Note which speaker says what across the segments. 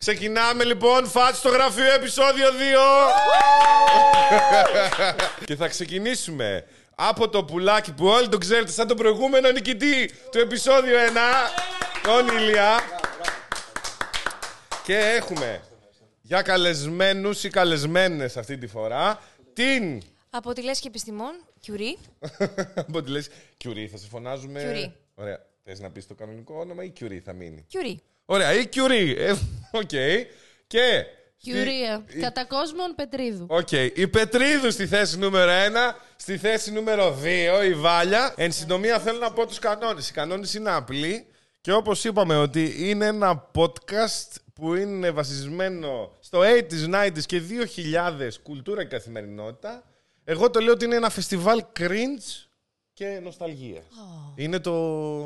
Speaker 1: Ξεκινάμε λοιπόν, φάτ στο γραφείο, επεισόδιο 2. και θα ξεκινήσουμε από το πουλάκι που όλοι τον ξέρετε σαν τον προηγούμενο νικητή του επεισόδιο 1, τον Ηλία. Και έχουμε για καλεσμένους ή καλεσμένες αυτή τη φορά την...
Speaker 2: Από τη Λέσχη Επιστημών, Κιουρί.
Speaker 1: Από τη λες, Κιουρί, θα σε φωνάζουμε...
Speaker 2: Κιουρί.
Speaker 1: Ωραία. Θες να πεις το κανονικό όνομα ή Κιουρί θα μείνει.
Speaker 2: Κιουρί.
Speaker 1: Ωραία, ή Κιουρί. Ε, Οκ. Και... στη-
Speaker 2: ε,
Speaker 3: Κιουρία.
Speaker 1: η-
Speaker 3: Κατά κόσμον Πετρίδου.
Speaker 1: Οκ. Η Πετρίδου στη θέση νούμερο 1. Στη θέση νούμερο 2 η Βάλια. Εν συντομία θέλω να πω τους κανόνες. Οι κανόνες είναι απλοί. Και όπως είπαμε ότι είναι ένα podcast που είναι βασισμένο στο 80s, 90s και 2000 κουλτούρα και καθημερινότητα. Εγώ το λέω ότι είναι ένα φεστιβάλ cringe και νοσταλγία. Είναι το,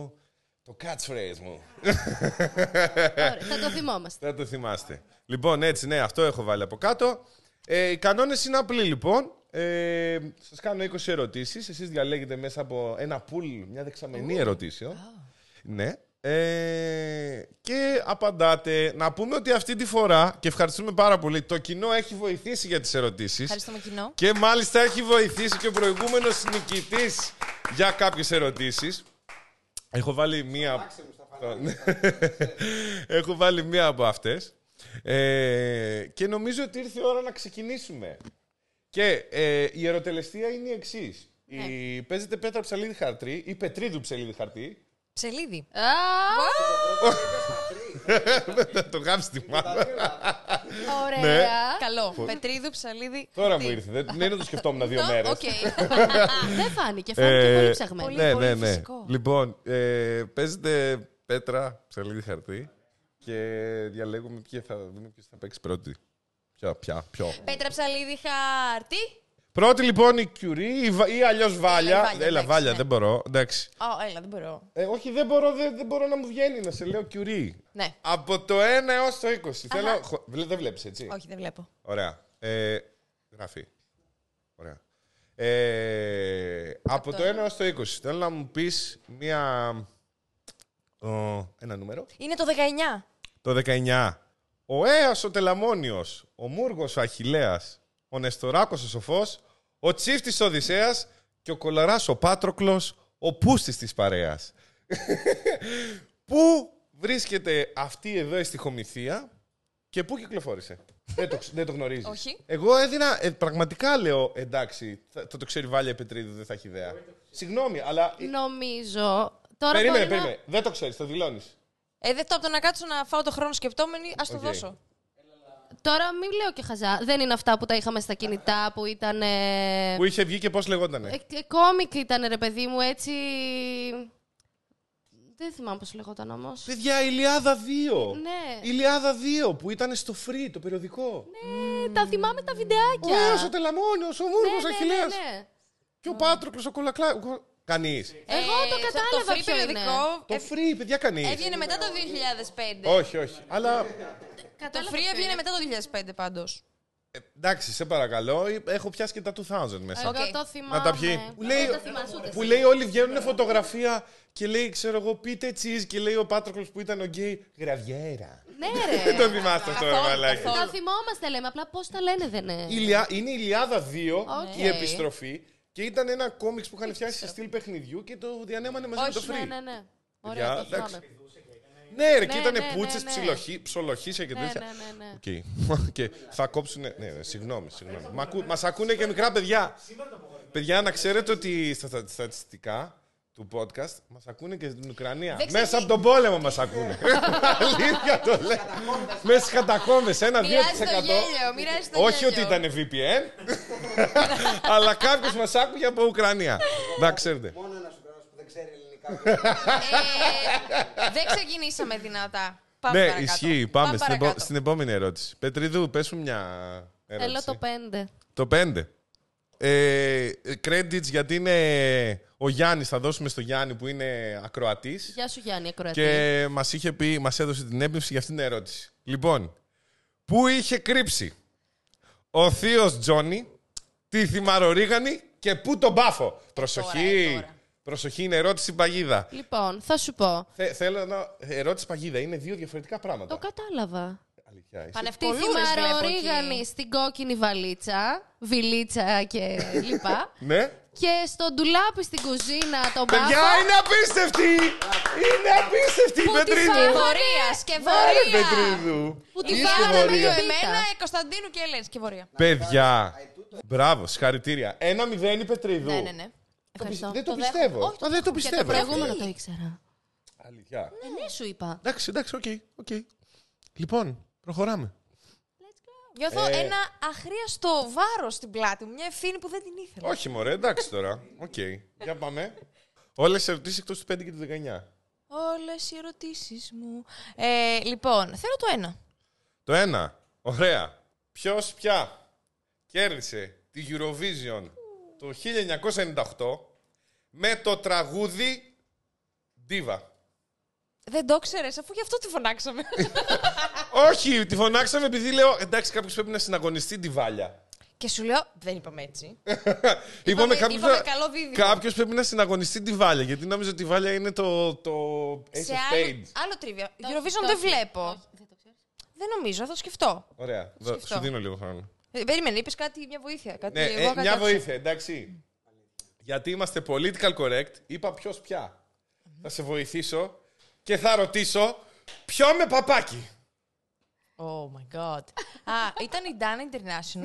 Speaker 1: το catchphrase μου. Ε.
Speaker 3: Ωραία, θα το θυμόμαστε.
Speaker 1: Θα το θυμάστε. Λοιπόν, έτσι, ναι, αυτό έχω βάλει από κάτω. Ε, οι κανόνες είναι απλοί, λοιπόν. Ε, Σας κάνω 20 ερωτήσεις. Εσείς διαλέγετε μέσα από ένα πουλ, μια δεξαμενή ερωτήσεων. Ναι. Ε, και απαντάτε. Να πούμε ότι αυτή τη φορά, και ευχαριστούμε πάρα πολύ, το κοινό έχει βοηθήσει για τις ερωτήσεις.
Speaker 2: Ευχαριστούμε κοινό.
Speaker 1: Και μάλιστα έχει βοηθήσει και ο προηγούμενος νικητής για κάποιες ερωτήσεις. Έχω βάλει μία. Έχω βάλει μία από αυτές. και νομίζω ότι ήρθε η ώρα να ξεκινήσουμε. Και ε, η ερωτελεστία είναι η εξής. Η... Παίζετε πέτρα ψαλίδι χαρτί ή πετρίδου ψαλίδι χαρτί.
Speaker 2: Ψελίδι.
Speaker 3: Α,
Speaker 1: Θα το γάμψει τη μάνα. Ναι.
Speaker 3: Ωραία.
Speaker 2: Καλό. Πετρίδου, ψαλίδι.
Speaker 1: Τώρα
Speaker 2: χαρτί.
Speaker 1: μου ήρθε. Δεν, δεν το σκεφτόμουν δύο μέρες.
Speaker 2: Οκ.
Speaker 3: Δεν Ε, φάνηκε.
Speaker 1: Ε,
Speaker 3: Φάνηκε πολύ ψαγμένο.
Speaker 2: πολύ, πολύ φυσικό.
Speaker 1: ναι, Λοιπόν, ε, παίζετε πέτρα, ψαλίδι χαρτί και διαλέγουμε ποιο θα, δούμε ποιος θα παίξει πρώτη. Ποια, ποια, ποιο.
Speaker 2: Πέτρα, ψαλίδι, χαρτί.
Speaker 1: Πρώτη λοιπόν η Κιουρί ή, βα- ή αλλιώς
Speaker 2: η
Speaker 1: Βάλια.
Speaker 2: Ε,
Speaker 1: Έλα,
Speaker 2: Βάλια, εντάξει,
Speaker 1: Βάλια,
Speaker 2: ναι.
Speaker 1: δεν μπορώ. Εντάξει.
Speaker 2: Ω, έλα, δεν μπορώ.
Speaker 1: Ε, όχι, δεν μπορώ, δεν, δεν μπορώ να μου βγαίνει να σε λέω Κιουρί.
Speaker 2: Ναι.
Speaker 1: Από το 1 έως το 20. Θέλω. χω- βλέ- Δεν βλέπεις έτσι.
Speaker 2: Όχι, δεν βλέπω.
Speaker 1: Ωραία. Ε, γράφει. Ωραία. Ε, από το 1 έως το 20. Θέλω να μου πεις μία... ο, ένα νούμερο.
Speaker 2: Είναι το 19.
Speaker 1: Το 19. Ο Αίας ο Τελαμόνιος, ο Μούργος ο Αχιλέας, ο Νεστοράκος ο Σοφός, ο Τσίφτης ο Οδυσσέας και ο Κολαράς ο Πάτροκλος, ο Πούστης της παρέας. πού βρίσκεται αυτή εδώ η στοιχομηθεία και πού κυκλοφόρησε. δεν το, ξε- δεν το γνωρίζεις.
Speaker 2: Όχι.
Speaker 1: Εγώ έδινα, ε, πραγματικά λέω, εντάξει, θα, θα το ξέρει Βάλια Πετρίδου, δεν θα έχει ιδέα. Συγγνώμη, αλλά...
Speaker 3: Νομίζω. Τώρα
Speaker 1: Περίμενε,
Speaker 3: μπορεί να-
Speaker 1: περίμενε. Δεν το ξέρεις, το δηλώνεις.
Speaker 2: Ε, δεν το από το να κάτσω να φάω το χρόνο σκεπτόμενη, ας το
Speaker 1: Οκ.
Speaker 2: δώσω.
Speaker 3: Τώρα μην λέω και χαζά. Δεν είναι αυτά που τα είχαμε στα κινητά που ήταν. ε,
Speaker 1: Που είχε βγει και πώς λεγότανε.
Speaker 3: ε, ε, Κόμικ ήταν ρε παιδί μου έτσι. Δεν θυμάμαι πώς λεγόταν όμως.
Speaker 1: Παιδιά, Ηλιάδα 2.
Speaker 3: Ναι.
Speaker 1: Ηλιάδα 2 που ήταν στο free το περιοδικό.
Speaker 3: Ε, Τα θυμάμαι τα
Speaker 1: Ο Έος, ο
Speaker 3: βιντεάκια. Ναι,
Speaker 1: Τελαμόνιος, ο Μούργος, ο Αχιλέας. Και ο Πάτροκλος, ο Κολακλά. ο- Κανείς.
Speaker 3: Εγώ το
Speaker 2: Ε,
Speaker 3: κατάλαβα
Speaker 2: free
Speaker 3: ποιο είναι.
Speaker 2: περιοδικό
Speaker 1: Το free, παιδιά, κανείς.
Speaker 2: έβγαινε μετά το 2005.
Speaker 1: Όχι, όχι. Αλλά
Speaker 2: Το free έβγαινε μετά το 2005 πάντως.
Speaker 1: ε, εντάξει, σε παρακαλώ, ε, έχω πιάσει και τα 2000 μέσα.
Speaker 3: Εγώ
Speaker 2: Οκ.
Speaker 3: το θυμάμαι.
Speaker 1: Να τα πιει. Που λέει,
Speaker 3: Δεν τα θυμάσαι ούτε
Speaker 1: που
Speaker 3: εσύ.
Speaker 1: λέει όλοι βγαίνουν φωτογραφία και λέει, ξέρω εγώ, πείτε cheese και λέει ο Πάτροκλος που ήταν ο γκέι, γραβιέρα.
Speaker 3: Ναι, ρε.
Speaker 1: Δεν το θυμάστε αυτό, ρε
Speaker 2: Καθόλου,
Speaker 1: μαλάκι.
Speaker 2: καθόλου.
Speaker 3: Τα θυμόμαστε, λέμε. Απλά πώς τα λένε, δεν είναι.
Speaker 1: Ηλια... Είναι η Ιλιάδα 2,
Speaker 3: Οκ.
Speaker 1: η επιστροφή. Και ήταν ένα κόμιξ που είχαν φτιάξει σε στυλ παιχνιδιού και το διανέμανε μαζί με
Speaker 2: Όχι,
Speaker 1: το free.
Speaker 3: Ναι, ναι, ναι. Ωραία, το
Speaker 1: εντάξει.
Speaker 3: θυμάμαι.
Speaker 1: Ναι, ρε, και
Speaker 3: Ναι,
Speaker 1: ήταν
Speaker 3: ναι,
Speaker 1: πούτσες,
Speaker 3: ναι, ναι.
Speaker 1: ψολοχίσια και
Speaker 3: Ναι,
Speaker 1: τέτοια.
Speaker 3: ναι, ναι, ναι.
Speaker 1: Οκ. Και θα κόψουν. Ναι, ναι, συγγνώμη, συγγνώμη. Μα ακού... μας ακούνε και μικρά παιδιά. παιδιά, να ξέρετε ότι στα στα- στατιστικά του podcast μας ακούνε και στην Ουκρανία. Μέσα από τον πόλεμο μας ακούνε. Αλήθεια το λέω. Μέσα στις κατακόμε, ένα 2%.
Speaker 2: Μοιράζεις το γέλιο, μοιράζεις το
Speaker 1: Όχι ότι
Speaker 2: γέλιο.
Speaker 1: ήταν VPN, αλλά κάποιος μας άκουγε από Ουκρανία. Να ξέρετε.
Speaker 4: Μόνο ένα Ουκρανό που δεν ξέρει ελληνικά.
Speaker 2: Ε, δεν ξεκινήσαμε δυνατά. Πάμε
Speaker 1: Ναι,
Speaker 2: παρακάτω.
Speaker 1: ισχύει. Πάμε στην, επο-
Speaker 2: παρακάτω.
Speaker 1: στην επόμενη ερώτηση. Πετριδού, πες μου μια ερώτηση.
Speaker 3: Θέλω το πέντε.
Speaker 1: Το πέντε. Ε, credits γιατί είναι ο Γιάννης, θα δώσουμε στο Γιάννη που είναι ακροατής
Speaker 3: Γεια σου, Γιάννη, ακροατή.
Speaker 1: και μας είχε πει, μας έδωσε την έμπνευση για αυτήν την ερώτηση. Λοιπόν, πού είχε κρύψει ο θείος Τζόνι, τη θυμαρορίγανη και πού τον πάφο. Προσοχή,
Speaker 2: ε, τώρα.
Speaker 1: προσοχή είναι ερώτηση παγίδα.
Speaker 3: Λοιπόν, θα σου πω.
Speaker 1: Θε- θέλω να... Ερώτηση παγίδα, είναι δύο διαφορετικά πράγματα.
Speaker 3: Το κατάλαβα.
Speaker 1: Αλήθεια. είσαι.
Speaker 2: Πολλούρες βλέπω
Speaker 3: Πανευτύχημα
Speaker 2: εκεί.
Speaker 3: ρίγανη στην κόκκινη βαλίτσα, βιλίτσα και λοιπά.
Speaker 1: Ναι.
Speaker 3: και στο ντουλάπι στην κουζίνα τον μπάφο.
Speaker 1: Παιδιά, είναι απίστευτη! Είναι απίστευτη η
Speaker 3: Που τη
Speaker 1: Πετρίδου!
Speaker 3: φάγαμε.
Speaker 2: Βορεία και
Speaker 1: Άρε,
Speaker 2: βορεία.
Speaker 1: Πετρίδου!
Speaker 3: Που τη
Speaker 2: Τη
Speaker 1: Είσαι
Speaker 2: βάλαμε
Speaker 1: βορεία.
Speaker 2: δύο
Speaker 3: Βορεία.
Speaker 2: εμένα, Κωνσταντίνου και Ελένη και βορεία.
Speaker 1: Παιδιά. Μπράβο, συγχαρητήρια. Ένα μηδέν η Πετρίδου.
Speaker 2: Ναι, ναι, ναι.
Speaker 1: Το πι-
Speaker 3: Ευχαριστώ.
Speaker 1: Δεν το
Speaker 3: Το δέχομαι.
Speaker 1: πιστεύω.
Speaker 3: Όχι,
Speaker 1: Μα δεν το πιστεύω. Ε, ρε
Speaker 3: Προηγούμενο
Speaker 1: φίλε.
Speaker 3: το ήξερα.
Speaker 1: Αλήθεια.
Speaker 3: Ε, Ναι, σου είπα.
Speaker 1: Εντάξει, εντάξει, οκ. οκ. Λοιπόν, προχωράμε.
Speaker 2: Νιώθω
Speaker 1: Ε.
Speaker 2: ένα αχρίαστο βάρος στην πλάτη μου. Μια ευθύνη που δεν την ήθελα.
Speaker 1: Όχι, μωρέ, εντάξει τώρα. Οκ. Για πάμε. Όλες τι ερωτήσεις εκτός του 5 και του 19.
Speaker 2: Όλες οι ερωτήσεις μου. Ε, λοιπόν, θέλω το ένα.
Speaker 1: Το ένα. Ωραία. Ποιος πια κέρδισε τη Eurovision το 1998 με το τραγούδι Diva.
Speaker 2: Δεν το ξέρει, αφού γι' αυτό τη φωνάξαμε.
Speaker 1: Όχι, τη φωνάξαμε επειδή λέω εντάξει, κάποιος πρέπει να συναγωνιστεί τη βάλια.
Speaker 2: και σου λέω, δεν είπαμε έτσι.
Speaker 1: Είπαμε,
Speaker 2: είπαμε καλό δίδυμο.
Speaker 1: κάποιος πρέπει να συναγωνιστεί τη βάλια, γιατί νόμιζα ότι η βάλια είναι το, το Ace
Speaker 2: Σε
Speaker 1: of
Speaker 2: άλλο,
Speaker 1: Spades.
Speaker 2: άλλο τρίβια. Eurovision δεν βλέπω. Δεν νομίζω, θα το σκεφτώ.
Speaker 1: Ωραία, δω-
Speaker 2: σκεφτώ.
Speaker 1: σου δίνω λίγο χρόνο.
Speaker 2: Ε, Περίμενε, είπες κάτι, μια βοήθεια. Κάτι,
Speaker 1: Ναι,
Speaker 2: εγώ
Speaker 1: ε, μια
Speaker 2: κατάψα.
Speaker 1: βοήθεια, εντάξει. Γιατί είμαστε political correct, είπα ποιος πια. Θα σε βοηθήσω και θα ρωτήσω ποιο με παπάκι.
Speaker 2: Oh my god. Α, ήταν η Dana International.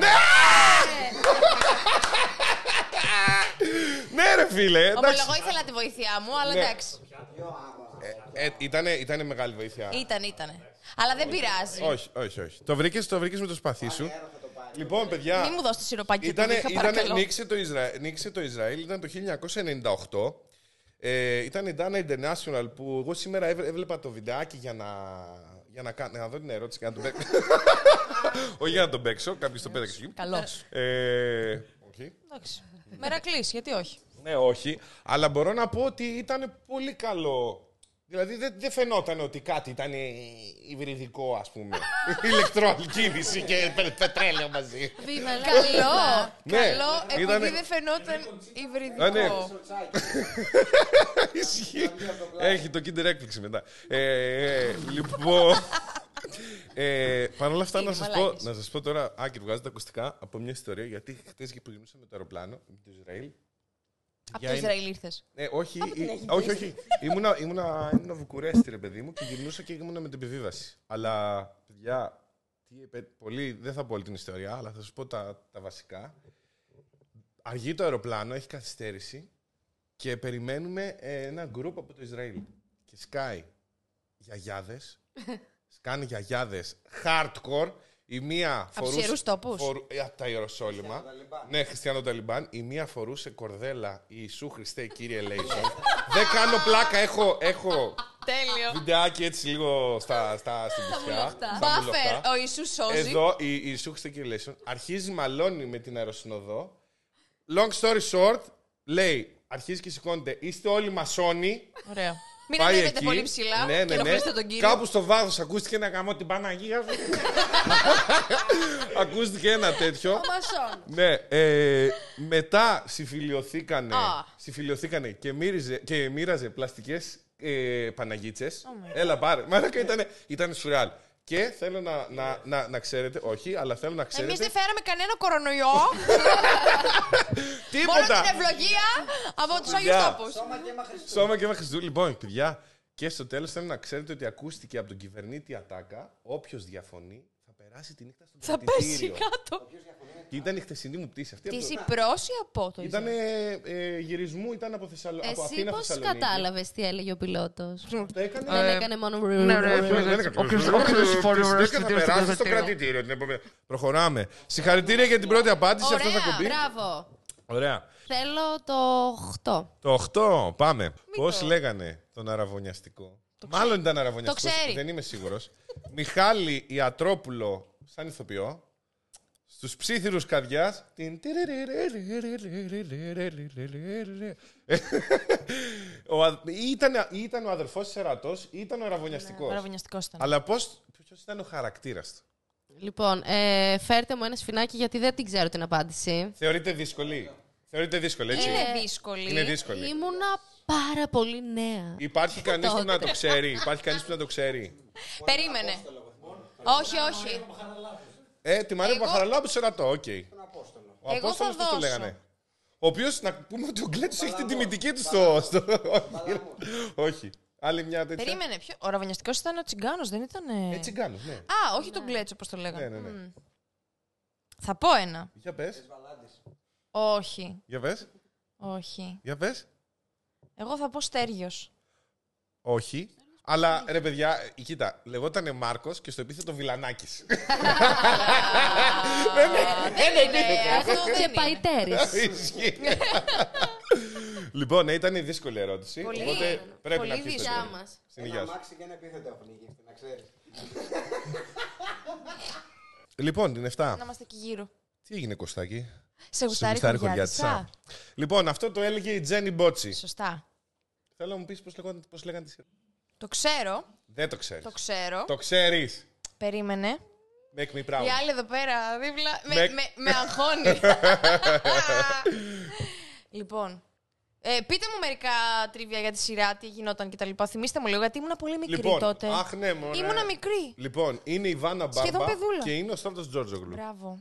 Speaker 1: Ναι, ρε φίλε, εντάξει.
Speaker 2: Ομολογώ, ήθελα τη βοήθειά μου, αλλά
Speaker 1: Ναι.
Speaker 2: εντάξει.
Speaker 1: Ε, ήτανε, ήτανε μεγάλη βοήθεια.
Speaker 2: Ήταν, ήταν. Αλλά δεν πειράζει.
Speaker 1: Όχι, όχι, όχι. Το βρήκες το βρήκες με το σπαθί σου. Λοιπόν, παιδιά.
Speaker 2: Μην μου δώσετε σιροπάκι
Speaker 1: Ήτανε,
Speaker 2: και είχα
Speaker 1: ήτανε-
Speaker 2: παρακαλώ.
Speaker 1: νίκησε, το Ισραήλ, νίκησε το Ισραήλ, ήταν το 1998. Ε, ήταν η Dana International που εγώ σήμερα έβλε- έβλεπα το βιντεάκι για να, για να, κα- να δω την ερώτηση και να τον παίξω. Όχι για να τον παίξω, κάποιος το παίξε. εκεί.
Speaker 2: Καλώς.
Speaker 1: Ε, όχι.
Speaker 2: Εντάξει. Μερακλής, γιατί όχι.
Speaker 1: Ναι, όχι. Αλλά μπορώ να πω ότι ήταν πολύ καλό. Δηλαδή δεν δεν φαινόταν ότι κάτι ήταν ε, υβριδικό, ας πούμε. Ηλεκτρόλ κίνηση και πε- πετρέλαιο μαζί.
Speaker 3: Βίβα,
Speaker 2: Καλό.
Speaker 1: Ναι.
Speaker 2: Καλό, επειδή
Speaker 1: Ήτανε-
Speaker 2: δεν φαινόταν
Speaker 1: Α, ναι.
Speaker 2: υβριδικό.
Speaker 1: Ισχύει. Έχει το Kinder έκπληξη μετά. Ε, ε, λοιπόν. Ε, Παρ' όλα αυτά,
Speaker 2: Είναι
Speaker 1: να σας πω,
Speaker 2: μαλάκες.
Speaker 1: να σας πω τώρα, Άκη, βγάζω τα ακουστικά από μια ιστορία. Γιατί χθε που γυρνούσα με το αεροπλάνο, με το Ισραήλ.
Speaker 2: Από
Speaker 1: Για
Speaker 2: το
Speaker 1: είναι-
Speaker 2: Ισραήλ ήρθες.
Speaker 1: Ναι, όχι, ή- όχι, όχι. Ήμουνα, ήμουνα, ήμουνα Βουκουρέστι, ρε παιδί μου, και γυρνούσα και ήμουνα με την επιβίβαση. Αλλά, παιδιά, τι επέ- πολύ, δεν θα πω όλη την ιστορία, αλλά θα σας πω τα, τα βασικά. Αργεί το αεροπλάνο, έχει καθυστέρηση και περιμένουμε ε, ένα γκρουπ από το Ισραήλ. Και σκάει γιαγιάδες, σκάνε γιαγιάδες hardcore, η μία
Speaker 2: τους
Speaker 1: φορούσε-
Speaker 2: Ιερούς Τόπους.
Speaker 1: φορού- ε, από τα Ιεροσόλυμα. Ναι, Χριστιανό Ταλιμπάν. Η μία φορούσε κορδέλα Ιησού Χριστέ κύριε Λέισον. Δεν κάνω πλάκα, έχω, έχω
Speaker 2: Τέλειο.
Speaker 1: βιντεάκι έτσι λίγο στα, στα, στην πουθιά. στα μουλοχτά.
Speaker 2: Μπάφερ, ο Ιησούς σώζει.
Speaker 1: Εδώ η, η Ιησού Χριστέ κύριε Λέισον αρχίζει μαλώνει με την αεροσυνοδό. Long story short, λέει, αρχίζει και σηκώνεται, είστε όλοι μασόνοι.
Speaker 2: Ωραία. Μην
Speaker 1: Πάει
Speaker 2: ανέβετε
Speaker 1: εκεί.
Speaker 2: πολύ ψηλά
Speaker 1: ναι,
Speaker 2: και
Speaker 1: ναι, ναι.
Speaker 2: ενοχλήστε τον κύριο.
Speaker 1: Κάπου στο βάθος ακούστηκε ένα γαμό την Παναγία. μου. ακούστηκε ένα τέτοιο.
Speaker 2: Μασόν.
Speaker 1: Ναι, ε, μετά συμφιλειωθήκανε,
Speaker 2: Α.
Speaker 1: συμφιλειωθήκανε και, μύριζε, και μοίραζε πλαστικές ε, παναγίτσες. Έλα πάρε. Μαλάκα ήταν, ήταν σουρεάλ. Και θέλω να, να, να, να ξέρετε, όχι, αλλά θέλω να ξέρετε.
Speaker 2: Εμεί δεν φέραμε κανένα κορονοϊό. Μόνο
Speaker 1: Τίποτα!
Speaker 2: την ευλογία από τους Αγίου
Speaker 1: Δουλειά.
Speaker 2: Τόπου.
Speaker 4: Σώμα και αίμα Χριστού.
Speaker 1: Σώμα και μέχρι Λοιπόν, παιδιά, και στο τέλος θέλω να ξέρετε ότι ακούστηκε από τον κυβερνήτη Ατάκα, όποιος διαφωνεί θα περάσει τη νύχτα στο
Speaker 2: Θα πέσει
Speaker 1: κρατητήριο.
Speaker 2: κάτω.
Speaker 1: Και ήταν η χτεσινή μου πτήση αυτή.
Speaker 2: Τη
Speaker 1: από το-
Speaker 2: Υπρός ή από το
Speaker 1: Ήταν
Speaker 2: Ισραήλ.
Speaker 1: ε, ε, γυρισμού, ήταν από, Θεσσαλο... από
Speaker 3: Εσύ
Speaker 1: Αθήνα
Speaker 3: πώς
Speaker 1: Θεσσαλονίκη. Ε,
Speaker 3: κατάλαβες τι έλεγε ο πιλότος.
Speaker 1: Το έκανε.
Speaker 3: Δεν έκανε μόνο.
Speaker 1: ναι, Ε, Όποιο συμφωνεί Ε, θα περάσει στο κρατητήριο την επόμενη. Προχωράμε. Συγχαρητήρια για την πρώτη απάντηση. Αυτό θα
Speaker 3: Ωραία,
Speaker 1: κομπεί.
Speaker 3: μπράβο.
Speaker 1: Ωραία.
Speaker 3: Θέλω το 8.
Speaker 1: Το 8, πάμε. Πώ λέγανε τον αραβωνιαστικό. Μάλλον ήταν αραβωνιαστικός.
Speaker 2: Το ξέρει.
Speaker 1: Δεν είμαι σίγουρος. Μιχάλη Ιατρόπουλο, σαν ηθοποιό. Στους ψήθυρους καρδιάς. Ήταν ο αδερφό τη Ερατό, ήταν ο αραβωνιαστικό.
Speaker 2: Παραβωνιαστικό ήταν.
Speaker 1: Αλλά πώ. Ποιο ήταν ο χαρακτήρα του.
Speaker 3: Λοιπόν, ε, φέρτε μου ένα σφινάκι γιατί δεν την ξέρω την απάντηση.
Speaker 1: Θεωρείται δύσκολη. Θεωρείται δύσκολη, έτσι.
Speaker 2: Είναι δύσκολη.
Speaker 1: Είναι δύσκολη.
Speaker 3: Ήμουνα πάρα πολύ νέα.
Speaker 1: Υπάρχει κανείς που να το ξέρει. Υπάρχει κανείς που να το ξέρει.
Speaker 2: Περίμενε. Όχι, όχι.
Speaker 1: Ε, τη Μαρία
Speaker 2: Εγώ-
Speaker 1: Παχαραλάμπου σε ρατό, οκ. Ο
Speaker 2: Εγώ
Speaker 1: Απόστολος
Speaker 2: θα
Speaker 1: πώς το
Speaker 2: δώσω.
Speaker 1: λέγανε. Ο οποίος να πούμε ότι ο Γκλέτσο έχει την τιμητική του στο. στο- όχι. Όχι. Άλλη μια τέτοια.
Speaker 2: Περίμενε, ποιο. Ο ραβανιαστικός ήταν ο τσιγκάνος, δεν ήταν.
Speaker 1: Ε, τσιγκάνος, ναι.
Speaker 2: Α, όχι τον κλέτσο, όπως το λέγανε.
Speaker 1: Ναι, ναι, ναι.
Speaker 2: Μμμ. Θα πω ένα.
Speaker 1: Για πες,
Speaker 2: Όχι,
Speaker 1: για πες,
Speaker 2: όχι.
Speaker 1: για πες.
Speaker 2: Εγώ θα πω στέριο.
Speaker 1: Όχι. Αλλά ρε παιδιά, κοίτα, λεγότανε Μάρκος και στο επίθετο Βιλανάκης. Ναι,
Speaker 2: Ε, Αυτό
Speaker 3: Και
Speaker 2: δεν είναι.
Speaker 3: παϊτέρης.
Speaker 1: Ισχύει. λοιπόν, ναι, ήταν η δύσκολη ερώτηση.
Speaker 2: Πολύ.
Speaker 1: Οπότε πρέπει
Speaker 2: Πολύ
Speaker 1: να πεις.
Speaker 2: δύσκολη.
Speaker 1: εσύ. Στην υγεία
Speaker 4: Ένα
Speaker 1: Ε, σου.
Speaker 4: αμάξι και ένα επίθετο έχουν νικήσει, να ξέρεις.
Speaker 1: Λοιπόν, την 7.
Speaker 2: Να είμαστε εκεί γύρω.
Speaker 1: Τι έγινε, Κωστάκη.
Speaker 2: Σε
Speaker 1: Σε
Speaker 2: γουστάρι
Speaker 1: γουστάρει
Speaker 2: χωριάτισα.
Speaker 1: χωριάτισα. Λοιπόν, αυτό το έλεγε η Τζένι Μπότσι.
Speaker 2: Σωστά.
Speaker 1: Θέλω να μου πεις πώς λέγανε τη σειρά.
Speaker 2: Το ξέρω,
Speaker 1: Δεν το ξέρεις.
Speaker 2: το ξέρω.
Speaker 1: Το ξέρεις.
Speaker 2: Περίμενε.
Speaker 1: Make me
Speaker 2: Η
Speaker 1: proud.
Speaker 2: άλλη εδώ πέρα δίπλα με,
Speaker 1: Με-
Speaker 2: με, με αγχώνει. λοιπόν, ε, πείτε μου μερικά τρίβια για τη σειρά, τι γινόταν κτλ. Θυμήστε μου λίγο, γιατί ήμουν πολύ μικρή
Speaker 1: Λοιπόν,
Speaker 2: τότε.
Speaker 1: αχ, ναι, μωρέ.
Speaker 2: Ήμουνα μικρή.
Speaker 1: Λοιπόν, είναι η Βάνα Μπάρμπα
Speaker 2: Σχεδόν παιδούλα.
Speaker 1: και είναι ο Στράτο Τζόρτζογλου.
Speaker 2: Μπράβο.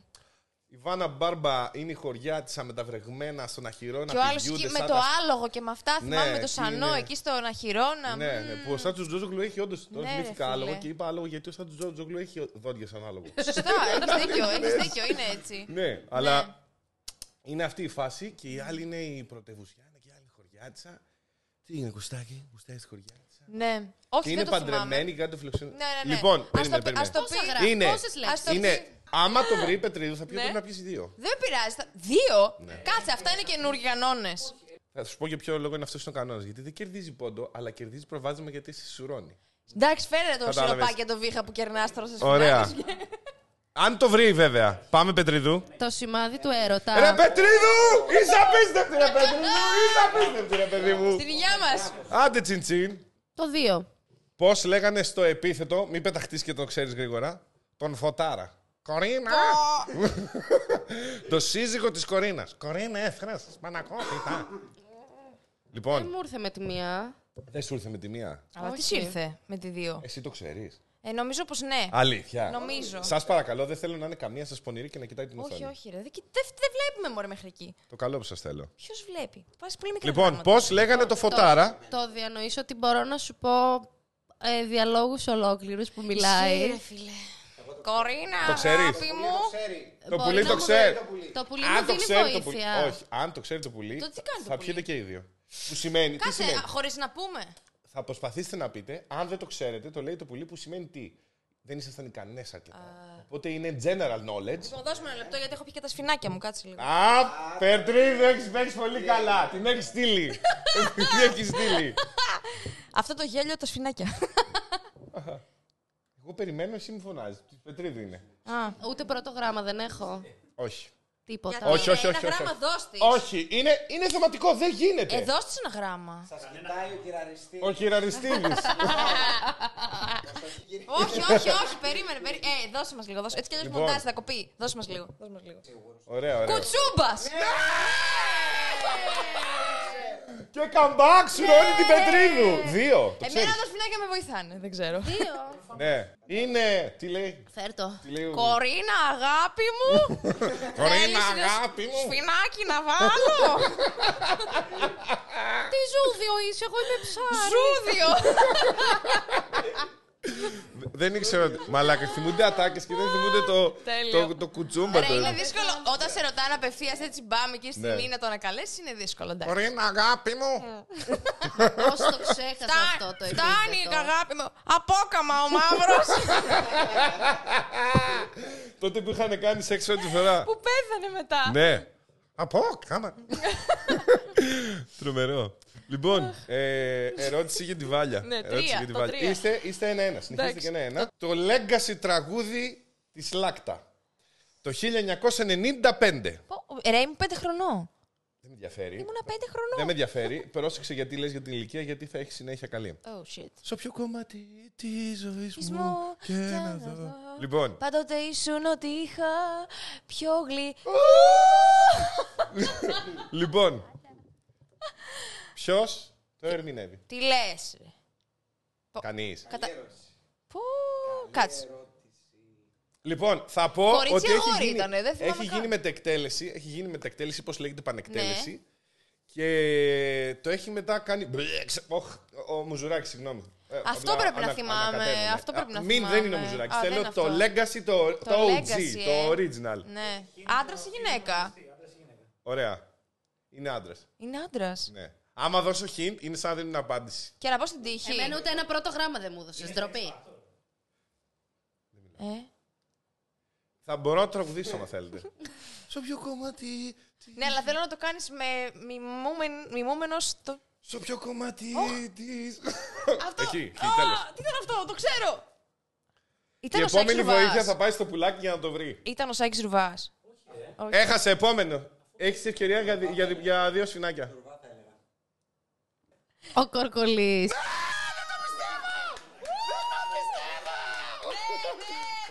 Speaker 1: Η Βάνα Μπάρμπα είναι η χωριά της αμεταβρεγμένα στον Αχυρό να
Speaker 2: και ο άλλος
Speaker 1: πηγαίνουν
Speaker 2: με
Speaker 1: σαν
Speaker 2: το
Speaker 1: τα- Ναι,
Speaker 2: άλογο και με αυτά, θυμάμαι με το
Speaker 1: εκεί
Speaker 2: σανό
Speaker 1: είναι.
Speaker 2: εκεί στον Αχυρώνα.
Speaker 1: Ναι,
Speaker 2: μμμ.
Speaker 1: ναι, που ο Στράτο Τζόρτζογλου έχει όντως.
Speaker 2: Ναι,
Speaker 1: Τον
Speaker 2: ρε,
Speaker 1: θυμήθηκα
Speaker 2: φίλε.
Speaker 1: άλογο και είπα άλογο γιατί ο Στράτο Τζόρτζογλου έχει δόντια σαν άλογο.
Speaker 2: Σωστά, έχεις δίκιο, έχεις δίκιο, είναι έτσι.
Speaker 1: ναι, αλλά είναι αυτή η φάση και η άλλη είναι η πρωτευουσιάνα και η άλλη η χωριάτσα. Τι είναι, Κουστάκι, Κουστάκι τη χωριάτσα.
Speaker 2: Ναι. Όχι,
Speaker 1: Και είναι
Speaker 2: δεν το θυμάμαι.
Speaker 1: παντρεμένη, κάτι το φιλοξενεί.
Speaker 2: Ναι, ναι, ναι.
Speaker 1: Λοιπόν,
Speaker 2: Ας
Speaker 1: περίμενε,
Speaker 2: το πει- ας
Speaker 1: περίμενε.
Speaker 2: το
Speaker 3: Πόσα
Speaker 2: πει-
Speaker 3: γράφει,
Speaker 1: Είναι.
Speaker 3: πόσες λέξεις.
Speaker 2: το
Speaker 1: Είναι,
Speaker 2: πει-
Speaker 1: άμα το βρει πετρίδου, θα πει
Speaker 2: Ναι.
Speaker 1: πρέπει να πιεις δύο.
Speaker 2: Δεν πειράζει. τα- Δύο.
Speaker 1: Ναι.
Speaker 2: Κάτσε, αυτά είναι καινούργιοι κανόνες.
Speaker 1: Θα σου πω για ποιο λόγο είναι αυτός ο κανόνας. Γιατί δεν κερδίζει πόντο, αλλά κερδίζει προβάδισμα γιατί σε σουρώνει.
Speaker 2: Εντάξει, φέρε το
Speaker 1: Κατάλαβες.
Speaker 2: σιροπάκι και το βήχα που κερνάς τώρα σε
Speaker 1: Ωραία.
Speaker 2: σφυγάδες.
Speaker 1: Αν το βρει, βέβαια. Πάμε, Πετρίδου.
Speaker 3: Το σημάδι του
Speaker 1: Ρε
Speaker 3: έρωτα.
Speaker 1: Πετρίδου! Είσαι απίστευτη, ρε Πετρίδου! Είσαι απίστευτη, ρε παιδί μου!
Speaker 2: Στην υγειά μας.
Speaker 1: Άντε, τσιντσιν.
Speaker 3: Το δύο.
Speaker 1: Πώς λέγανε στο επίθετο, μην πεταχτείς και το ξέρεις γρήγορα, τον Φωτάρα. Κορίνα! το σύζυγο της Κορίνας. Κορίνα, έφερα σα πανακότητα.
Speaker 3: Δεν
Speaker 1: λοιπόν,
Speaker 3: Ε, μου ήρθε με τη μία.
Speaker 1: δεν σου ήρθε με τη μία.
Speaker 2: Αλλά
Speaker 3: Όχι.
Speaker 2: τη ήρθε με τη δύο.
Speaker 1: Εσύ το ξέρεις.
Speaker 2: Ε, νομίζω πως ναι.
Speaker 1: Αλήθεια.
Speaker 2: Νομίζω.
Speaker 1: Σας παρακαλώ, δεν θέλω να είναι καμία σας πονηρή και να κοιτάει την
Speaker 2: Όχι,
Speaker 1: οθόνη.
Speaker 2: όχι, ρε. Δεν κοι- δεν- δεν βλέπουμε μωρέ μέχρι εκεί.
Speaker 1: Το καλό που σας θέλω.
Speaker 2: Ποιος βλέπει. Βάζεις πολύ μικρά
Speaker 1: Λοιπόν,
Speaker 2: πράγματα.
Speaker 1: πώς λέγανε το φωτάρα.
Speaker 3: Το διανοήσω ότι μπορώ να σου πω ε, διαλόγους ολόκληρους που
Speaker 2: Ισχύει, ρε,
Speaker 3: μιλάει.
Speaker 2: φίλε. Κορίνα,
Speaker 1: Το ξέρεις.
Speaker 2: αγάπη μου.
Speaker 4: Ξέρει.
Speaker 1: Το
Speaker 3: Μπορεί
Speaker 1: πουλί
Speaker 3: να
Speaker 1: το
Speaker 3: μου
Speaker 1: ξέρει.
Speaker 3: το πουλί. Το πουλί
Speaker 1: Αν
Speaker 3: μου
Speaker 1: το
Speaker 3: δίνεις
Speaker 1: ξέρει το πουλί.
Speaker 3: βοήθεια.
Speaker 1: Όχι, αν το ξέρει το πουλί.
Speaker 3: Το τι κάνει το
Speaker 1: θα
Speaker 3: πουλί.
Speaker 1: πιείτε και οι δύο. Που σημαίνει. Τι
Speaker 2: Κάτσε,
Speaker 1: σημαίνει.
Speaker 2: χωρίς να πούμε.
Speaker 1: Θα προσπαθήσετε να πείτε, αν δεν το ξέρετε, το λέει το πουλί που σημαίνει τι. Δεν ήσασταν ικανές αρκετά. Οπότε είναι general knowledge.
Speaker 2: Λοιπόν, δώσουμε ένα λεπτό γιατί έχω πει και τα σφινάκια μου, κάτσε λίγο.
Speaker 1: Α, Πετρίδη, έχεις παίξει πολύ καλά. Την έχεις στείλει. Την έχεις στείλει.
Speaker 2: Αυτό το γέλιο, τα σφινάκια.
Speaker 1: Εγώ περιμένω, εσύ μου φωνάζεις. Πετρίδη είναι.
Speaker 3: Ούτε πρώτο γράμμα δεν έχω.
Speaker 1: Όχι.
Speaker 3: Τίποτα.
Speaker 1: Όχι,
Speaker 2: Γιατί
Speaker 1: όχι,
Speaker 2: ένα
Speaker 1: όχι, όχι,
Speaker 2: γράμμα
Speaker 1: όχι.
Speaker 2: δώστη.
Speaker 1: Όχι, είναι, είναι θεματικό, δεν γίνεται.
Speaker 2: Ε, δώσ' της ένα γραμμα
Speaker 4: Σας κοιτάει ο κυραριστή.
Speaker 1: Ο κυραριστίδης.
Speaker 2: όχι, όχι, όχι, περίμενε. περί- Ε, δώσε μας λίγο. Δώσε. Έτσι κι αλλιώς
Speaker 1: Λοιπόν. Ναι.
Speaker 2: μοντάζεις, θα κοπεί. Δώσε μας λίγο. Δώσε μας λίγο.
Speaker 1: ωραία, ωραία.
Speaker 2: Κουτσούμπας!
Speaker 1: Ναι. Και comeback σουρώνει την Πετρίδου. Δύο. Το
Speaker 2: Ναι. Εμένα
Speaker 1: ξέρεις.
Speaker 2: τα σφινάκια με βοηθάνε, δεν ξέρω.
Speaker 3: Δύο.
Speaker 1: Ναι. Είναι. Τι λέει.
Speaker 3: Φέρ το.
Speaker 1: Τι λέει. ο-
Speaker 2: Κορίνα, αγάπη μου!
Speaker 1: Κορίνα,
Speaker 2: Θέλεις να σ-
Speaker 1: αγάπη μου.
Speaker 2: Σφινάκι να βάλω!
Speaker 3: Τι ζούδιο είσαι, εγώ είμαι ψάρι.
Speaker 2: Ζούδιο!
Speaker 1: Δεν ήξερα. ότι- Μαλάκα, θυμούνται ατάκες και δεν θυμούνται το,
Speaker 2: Τέλειο.
Speaker 1: το, το κουτσούμπα
Speaker 2: Ρε, είναι
Speaker 1: τώρα.
Speaker 2: δύσκολο. Όταν σε ρωτάνε απευθείας έτσι μπάμ και στην
Speaker 1: Ναι.
Speaker 2: Ίνα το ανακαλέσει, είναι δύσκολο. εντάξει.
Speaker 1: Κορίνα, αγάπη μου.
Speaker 3: Πώς το ξέχασα
Speaker 2: Φτά-
Speaker 3: αυτό το
Speaker 2: Φτάνει,
Speaker 3: επίθετο.
Speaker 2: αγάπη μου. Απόκαμα ο μαύρος
Speaker 1: Τότε που είχαν κάνει σεξ ό,τι φορά.
Speaker 2: που πέθανε μετά.
Speaker 1: Ναι. Από, κάμα. Τρομερό. Λοιπόν, ε, ερώτηση για τη Βάλια.
Speaker 2: Ναι, τρία,
Speaker 1: Ερώτηση για τη
Speaker 2: το
Speaker 1: Βάλια.
Speaker 2: τρία.
Speaker 1: Είστε, είστε ένα-ένα. Συνεχίζετε και ένα-ένα. Το legacy τραγούδι της Λάκτα. Το 1995.
Speaker 2: Πω, Ρε, ήμουν πέντε χρονών.
Speaker 1: Δεν με ενδιαφέρει.
Speaker 2: Ήμουνα πέντε
Speaker 1: Δεν
Speaker 2: χρονών.
Speaker 1: με ενδιαφέρει. Πρόσεξε γιατί λες για την ηλικία, γιατί θα έχεις συνέχεια καλή.
Speaker 2: Oh shit.
Speaker 1: Στο ποιο κομμάτι της ζωής μου
Speaker 2: Μου
Speaker 1: και να δω. Λοιπόν,
Speaker 2: Πάντοτε ήσουν ότι είχα πιο γλυ...
Speaker 1: λοιπόν. Ποιος το ερμηνεύει,
Speaker 2: Τι λες.
Speaker 1: Κανεί. Ναι.
Speaker 2: Κατα... Πού... Κάτσε.
Speaker 1: Λοιπόν, θα πω
Speaker 2: Κορίτσι,
Speaker 1: ότι έχει
Speaker 2: αγόρι
Speaker 1: γίνει,
Speaker 2: ήτανε, δεν θυμάμαι
Speaker 1: έχει
Speaker 2: καν.
Speaker 1: γίνει μετεκτέλεση, έχει γίνει μετεκτέλεση, πώς λέγεται πανεκτέλεση.
Speaker 2: Ναι.
Speaker 1: Και το έχει μετά κάνει... μπλε, ξε- οχ, ο Μουζουράκης, συγγνώμη. Ε,
Speaker 2: Αυτό
Speaker 1: ανα-
Speaker 2: πρέπει να
Speaker 1: ανα-
Speaker 2: θυμάμαι,
Speaker 1: ανακατεύομαι.
Speaker 2: αυτό πρέπει να
Speaker 1: Α, Μην,
Speaker 2: θυμάμαι.
Speaker 1: δεν είναι ο Μουζουράκης.
Speaker 2: Α, δεν
Speaker 1: Θέλω
Speaker 2: είναι
Speaker 1: το
Speaker 2: αυτό.
Speaker 1: legacy, το, το, OG,
Speaker 2: legacy, ε.
Speaker 1: το original.
Speaker 2: Ναι. Άντρας ή γυναίκα.
Speaker 1: Ωραία. Είναι άντρας.
Speaker 2: Είναι άντρας.
Speaker 1: Ναι. Άμα δώσω hint, είναι σαν να δίνουν απάντηση.
Speaker 2: Και να πω στην τύχη.
Speaker 3: Εμένα ούτε ένα πρώτο γράμμα δεν μου έδωσε. Ντροπή.
Speaker 2: Ε.
Speaker 1: Θα μπορώ να τραγουδήσω, αν θέλετε. Σε ποιο κομμάτι. τι-
Speaker 2: Ναι, αλλά θέλω να το κάνεις με μιμούμεν- μιμούμενος στο.
Speaker 1: Στο ποιο κομμάτι της.
Speaker 2: Αυτό.
Speaker 1: Εκεί, εκεί,
Speaker 2: Α,
Speaker 1: τέλος.
Speaker 2: Τι ήταν αυτό, το ξέρω.
Speaker 1: Η
Speaker 2: Ήταν ο Σάκης
Speaker 1: επόμενη βοήθεια
Speaker 2: Ρουβάς.
Speaker 1: θα πάει στο πουλάκι για να το βρει.
Speaker 2: Ήταν ο Σάκης Ρουβάς.
Speaker 1: Έχασε, επόμενο. Έχεις ευκαιρία για, δι- για, δι- για δύο σφινάκια.
Speaker 3: Ο Κορκολής.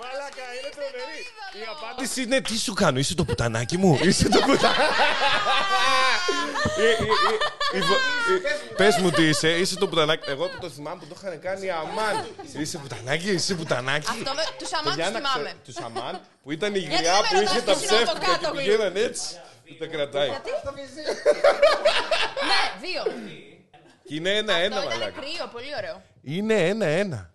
Speaker 1: Μαλάκα, είναι τρομερή. Η απάντηση είναι τι σου κάνω, είσαι το πουτανάκι μου. Είσαι το πουτανάκι. Πε μου τι είσαι, είσαι το πουτανάκι. Εγώ που το θυμάμαι που το είχαν κάνει αμάν. Είσαι πουτανάκι, είσαι πουτανάκι.
Speaker 2: Αυτό με του αμάν του θυμάμαι.
Speaker 1: Του Σαμάν που ήταν η
Speaker 2: Γιατί
Speaker 1: γριά
Speaker 2: δεν
Speaker 1: που
Speaker 2: με
Speaker 1: είχε τα
Speaker 2: ρωτάς ποιος είναι
Speaker 1: ψεύτικα και
Speaker 2: ο Αβοκάτογλου?
Speaker 1: πηγαίναν έτσι. που τα κρατάει.
Speaker 2: Ναι, δύο.
Speaker 1: Και είναι ένα-ένα,
Speaker 2: Αυτό ήταν
Speaker 1: μαλάκα.
Speaker 2: κρύο, πολύ ωραίο.
Speaker 1: Είναι ένα-ένα.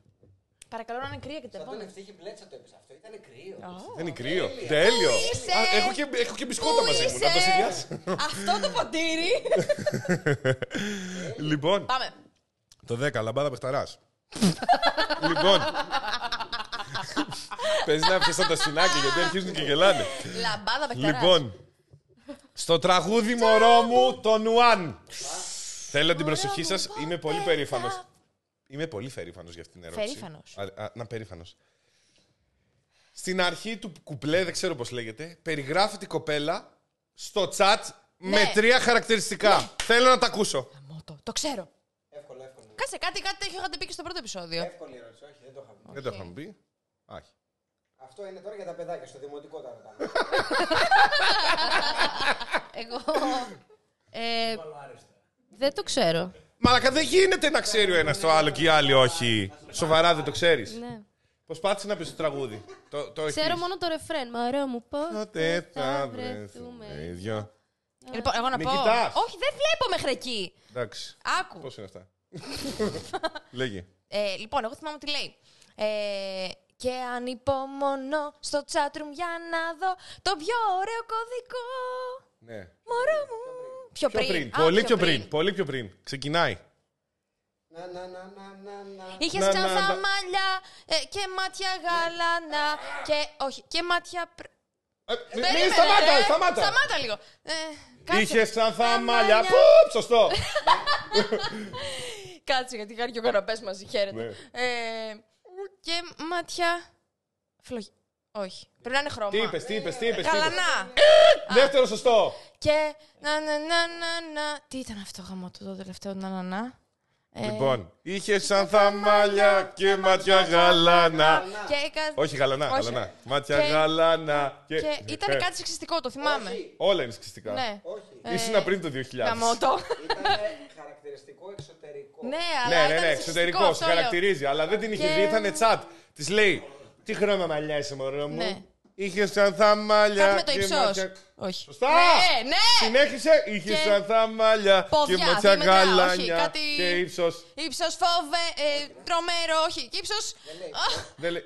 Speaker 2: Παρακαλώ να είναι κρύα και τα
Speaker 4: Τον
Speaker 2: επόμενα.
Speaker 4: ευτύχη μπλέτσα το έπαιζε αυτό. Ήταν κρύο.
Speaker 1: Δεν είναι κρύο. Τέλειο.
Speaker 2: είσαι?
Speaker 1: Α, έχω και- Έχω και μπισκότα μαζί μου. Να το συνδυάσω.
Speaker 2: Αυτό το ποτήρι.
Speaker 1: Λοιπόν.
Speaker 2: Πάμε.
Speaker 1: Το 10, λαμπάδα παιχταράς. λοιπόν. Πες να πιέσαν τα σινάκια γιατί αρχίζουν και γελάνε.
Speaker 2: Λαμπάδα παιχταράς.
Speaker 1: λοιπόν. Στο τραγούδι μωρό μου, το Νουάν. Θέλω την προσοχή σας, είμαι πολύ περήφανος. Είμαι πολύ περήφανος για αυτήν την ερώτηση.
Speaker 2: Περήφανος.
Speaker 1: Α, α, να, περήφανος. Στην αρχή του κουπλέ, δεν ξέρω πώς λέγεται, περιγράφεται η κοπέλα στο τσάτ με τρία χαρακτηριστικά. Θέλω να τα ακούσω.
Speaker 2: Μότο. Το ξέρω.
Speaker 4: Εύκολο, εύκολο.
Speaker 2: Κάτσε κάτι, κάτι τέτοιο είχατε πει και στο πρώτο επεισόδιο.
Speaker 4: Εύκολη ερώτηση, όχι, δεν το είχα πει.
Speaker 1: Δεν το είχαμε πει. Άχι.
Speaker 4: Αυτό είναι τώρα για τα παιδάκια, στο δημοτικό τα ρωτάμε.
Speaker 3: Εγώ. ε, δεν το ξέρω.
Speaker 1: Μαλακα δεν γίνεται να ξέρει ο ένας το άλλο και οι άλλοι όχι. Σοβαρά δεν το ξέρεις.
Speaker 3: Ναι.
Speaker 1: Προσπάθησε να πεις το τραγούδι. Το, το
Speaker 3: Ξέρω
Speaker 1: έχεις.
Speaker 3: μόνο το ρεφρέν. Μωρό μου
Speaker 1: Τότε
Speaker 3: πότε
Speaker 1: θα βρεθούμε οι δυο.
Speaker 2: Λοιπόν, εγώ να
Speaker 1: Μη
Speaker 2: πω.
Speaker 1: κοιτάς.
Speaker 2: Όχι, δεν βλέπω μέχρι εκεί.
Speaker 1: Εντάξει.
Speaker 2: Άκου.
Speaker 1: Πώς είναι αυτά. Λέγε.
Speaker 2: Ε, λοιπόν, εγώ θυμάμαι τι λέει. Ε, και ανυπομονώ στο τσάτρουμ για να δω το πιο ωραίο κωδικό.
Speaker 1: Ναι.
Speaker 2: Μωρό μου. Πιο
Speaker 1: Πιο
Speaker 2: πριν.
Speaker 1: πριν.
Speaker 2: Α,
Speaker 1: Πολύ πιο πριν. Πολύ πιο πριν. Ξεκινάει. Ε,
Speaker 4: Να, να, να, να, να, να.
Speaker 2: Είχες
Speaker 1: Να, να,
Speaker 2: ξανθά
Speaker 1: να.
Speaker 2: μαλλιά ε, και μάτια γαλανά. Και όχι, και μάτια. πρ-
Speaker 1: Ε, μη- Μη
Speaker 2: Περίμενε,
Speaker 1: σταμάτα,
Speaker 2: ρε.
Speaker 1: σταμάτα.
Speaker 2: Σταμάτα λίγο. Ε, κάτσε.
Speaker 1: Είχες σαν θα
Speaker 2: Τα
Speaker 1: μαλλιά. Πουπ, σωστό.
Speaker 2: Κάτσε, γιατί κάνει και ο καναπέ μαζί. Χαίρετε.
Speaker 1: Ναι.
Speaker 2: Ε, και μάτια. Φλογ... Όχι. Πρέπει να είναι χρώμα.
Speaker 1: Τι είπες, τι είπες, τι είπες.
Speaker 2: Γαλανά.
Speaker 1: Δεύτερο σωστό.
Speaker 2: Και να να να να να. Τι ήταν αυτό γαμό το τελευταίο να να να. Ε,
Speaker 1: Λοιπόν, είχες σαν θα μαλλιά και μάτια γαλάνα.
Speaker 2: Και έκα...
Speaker 1: Όχι γαλανά,
Speaker 2: Όχι.
Speaker 1: γαλανά. Μάτια
Speaker 2: Και-
Speaker 1: γαλανά.
Speaker 2: Και
Speaker 1: Ε,
Speaker 2: ήταν κάτι σεξιστικό, το θυμάμαι.
Speaker 4: Όχι,
Speaker 1: Όλα είναι σκιστικά.
Speaker 2: Ναι.
Speaker 4: όχι.
Speaker 1: Ήσουν πριν το 2000.
Speaker 2: Γαμό το.
Speaker 4: Ήταν χαρακτηριστικό εξωτερικό.
Speaker 2: ναι,
Speaker 1: Ε. Ναι,
Speaker 2: αλλά
Speaker 1: ναι,
Speaker 2: ήταν
Speaker 1: ναι,
Speaker 2: σεξιστικό,
Speaker 1: εξωτερικός.
Speaker 2: αυτό
Speaker 1: Σε
Speaker 2: λέω.
Speaker 1: χαρακτηρίζει, αλλά δεν την είχε
Speaker 2: Και-
Speaker 1: δει. Ήταν τσατ. Της λέει, Τι χρώμα μαλλιά είσαι, μωρό
Speaker 2: Ναι.
Speaker 1: μου. Είχε σαν θα μαλλιά.
Speaker 2: Κάτι με το
Speaker 1: και
Speaker 2: ύψο.
Speaker 1: μάτια-
Speaker 2: Όχι.
Speaker 1: Σωστά!
Speaker 2: Ναι, ναι!
Speaker 1: Συνέχισε, είχε
Speaker 2: Και-
Speaker 1: σαν θα μαλλιά και
Speaker 2: Ποδιά,
Speaker 1: μάτια
Speaker 2: δίμετρα, όχι,
Speaker 1: γαλάνια
Speaker 2: κάτι-
Speaker 1: και ύψος.
Speaker 2: Ήψο φόβε, ε, τρομερό, όχι. Και ύψος.
Speaker 1: Δεν λέει.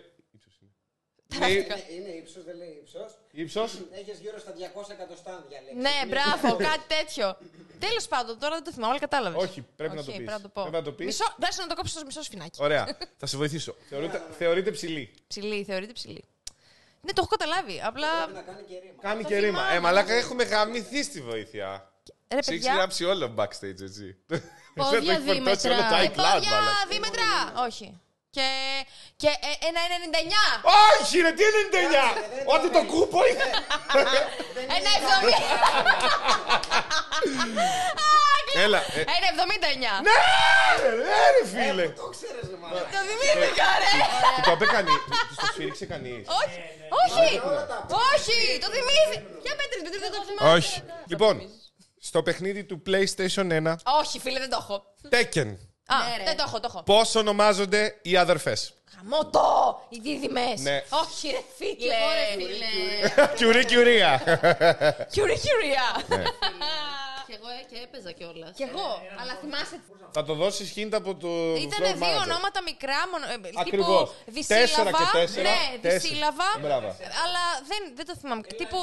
Speaker 4: Είναι ύψος, δεν λέει ύψος.
Speaker 1: Ύψος.
Speaker 4: Έχεις γύρω στα 200 εκατοστά διαλέξει.
Speaker 2: Ναι, μπράβο, κάτι τέτοιο. Τέλος πάντων, τώρα δεν το θυμάμαι, αλλά κατάλαβες.
Speaker 1: Όχι, πρέπει να το πεις. Πρέπει να το πεις.
Speaker 2: Μισό, πρέπει να το κόψω στο μισό σφινάκι.
Speaker 1: Ωραία, θα σε βοηθήσω. Θεωρείται- Θεωρείται ψηλή.
Speaker 2: Ψηλή, θεωρείται ψηλή. Ναι, το έχω καταλάβει. Απλά.
Speaker 4: Να κάνει και ρήμα.
Speaker 1: Κάνει
Speaker 2: Το
Speaker 1: και ρήμα.
Speaker 2: θυμάμαι.
Speaker 1: Ε, μαλάκα, έχουμε γαμηθεί στη βοήθεια.
Speaker 2: Ρε,
Speaker 1: Σε έχει
Speaker 2: παιδιά.
Speaker 1: γράψει όλο backstage, έτσι.
Speaker 3: Πόδια
Speaker 1: Το έχει φορτώσει όλο το
Speaker 2: Ε,
Speaker 3: δίμετρα.
Speaker 1: iCloud,
Speaker 2: Πόδια,
Speaker 1: μαλάκα.
Speaker 2: δίμετρα! Όχι. Και, και ε, ένα 99!
Speaker 1: Όχι, ρε, τι είναι 99! Ότι το κούπο είναι!
Speaker 2: Ένα 70!
Speaker 1: Έλα. ε,
Speaker 2: Ένα 79!
Speaker 1: Ναι, ρε, ρε, φίλε!
Speaker 4: Το ξέρεις, μάλλον.
Speaker 2: Το θυμήθηκα, ρε!
Speaker 1: Του το είπε κανείς. Του το σφύριξε κανείς.
Speaker 2: Όχι!
Speaker 3: Ναι,
Speaker 2: Όχι! Όχι! Το θυμήθηκα! Για πέτρες, πέτρε, δεν το θυμάμαι.
Speaker 1: Όχι. Λοιπόν, στο παιχνίδι του PlayStation 1,
Speaker 2: Όχι, φίλε, δεν το έχω.
Speaker 1: Tekken.
Speaker 2: Α,
Speaker 3: Ναι, ρε.
Speaker 2: δεν το έχω, το έχω.
Speaker 1: Πώς ονομάζονται οι αδερφές.
Speaker 2: Χαμό το! Οι δίδυμες.
Speaker 1: Ναι.
Speaker 2: Όχι, ρε φίλε.
Speaker 3: Εγώ, ρε, φίλε.
Speaker 1: Κιουρί, κιουρία.
Speaker 2: Κιουρί,
Speaker 1: Ναι,
Speaker 2: κιουριά.
Speaker 3: Και εγώ ε, και έπαιζα κιόλας.
Speaker 2: Κι εγώ. Αλλά θυμάσαι.
Speaker 1: Θα το δώσεις χίντα από το.
Speaker 2: Ήταν
Speaker 1: floor
Speaker 2: δύο
Speaker 1: manager.
Speaker 2: ονόματα μικρά, μονο, ε, τύπου
Speaker 1: Ακριβώς.
Speaker 2: δυσύλλαβα.
Speaker 1: Τέσσερα και τέσσερα.
Speaker 2: Ναι,
Speaker 1: Τέσσερα. Ε,
Speaker 2: δυσύλλαβα.
Speaker 1: Μπράβο.
Speaker 2: Αλλά δεν, δεν το θυμάμαι.
Speaker 3: Ε,
Speaker 2: τύπου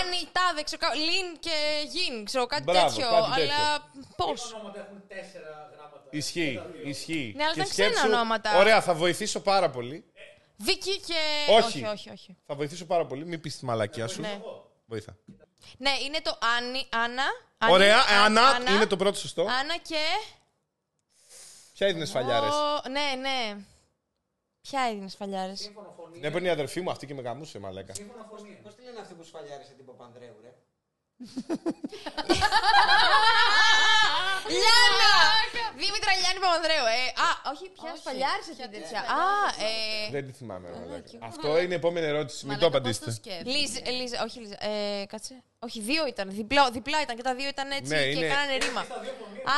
Speaker 2: Άνι, Τάδε, ξέρω, κα- Λιν και Γιν, ξέρω κάτι
Speaker 1: Μπράβο,
Speaker 2: τέτοιο.
Speaker 1: κάτι τέτοιο.
Speaker 2: αλλά πώ.
Speaker 5: όνοματα έχουν τέσσερα γράμματα.
Speaker 1: Ισχύει. Ισχύει.
Speaker 2: Ναι, αλλά
Speaker 1: Και
Speaker 2: ήταν ξένα ονόματα.
Speaker 1: Ωραία, θα βοηθήσω πάρα πολύ.
Speaker 2: Βίκυ και.
Speaker 1: Όχι.
Speaker 2: όχι, όχι. όχι.
Speaker 1: Θα βοηθήσω πάρα πολύ. Μην πεις τη μαλακιά σου.
Speaker 2: Ναι.
Speaker 1: Βοήθα.
Speaker 2: Ναι, είναι το Άνι, Άννα. Άνι,
Speaker 1: Ωραία,
Speaker 2: Α-
Speaker 1: Άννα είναι το πρώτο σωστό.
Speaker 2: Άννα και.
Speaker 1: Ποια είναι σφαλιάρε.
Speaker 2: Ο- Ναι, ναι. Ποια είναι σφαλιάρε.
Speaker 1: Ναι, παίρνει η αδερφή μου αυτή και με γαμούσε, μαλάκα.
Speaker 4: Πώς τη λένε αυτή που σφαλιάρισε την Παπανδρέου, ρε.
Speaker 2: Λιάννα! Δήμητρα Λιάννη Παπανδρέου. Ε, α, όχι, ποια σφαλιάρισε την τέτοια. Α, ε.
Speaker 1: Δεν τη θυμάμαι, ρε μαλάκα. Αυτό είναι η επόμενη ερώτηση. Μην το απαντήσετε.
Speaker 2: Λίζ, ε, Λίζ, όχι Λίζ, ε, κάτσε. Όχι, δύο ήταν. Διπλό, διπλά ήταν και τα δύο ήταν έτσι
Speaker 1: Ναι,
Speaker 2: και
Speaker 1: είναι-
Speaker 2: κάνανε ρήμα.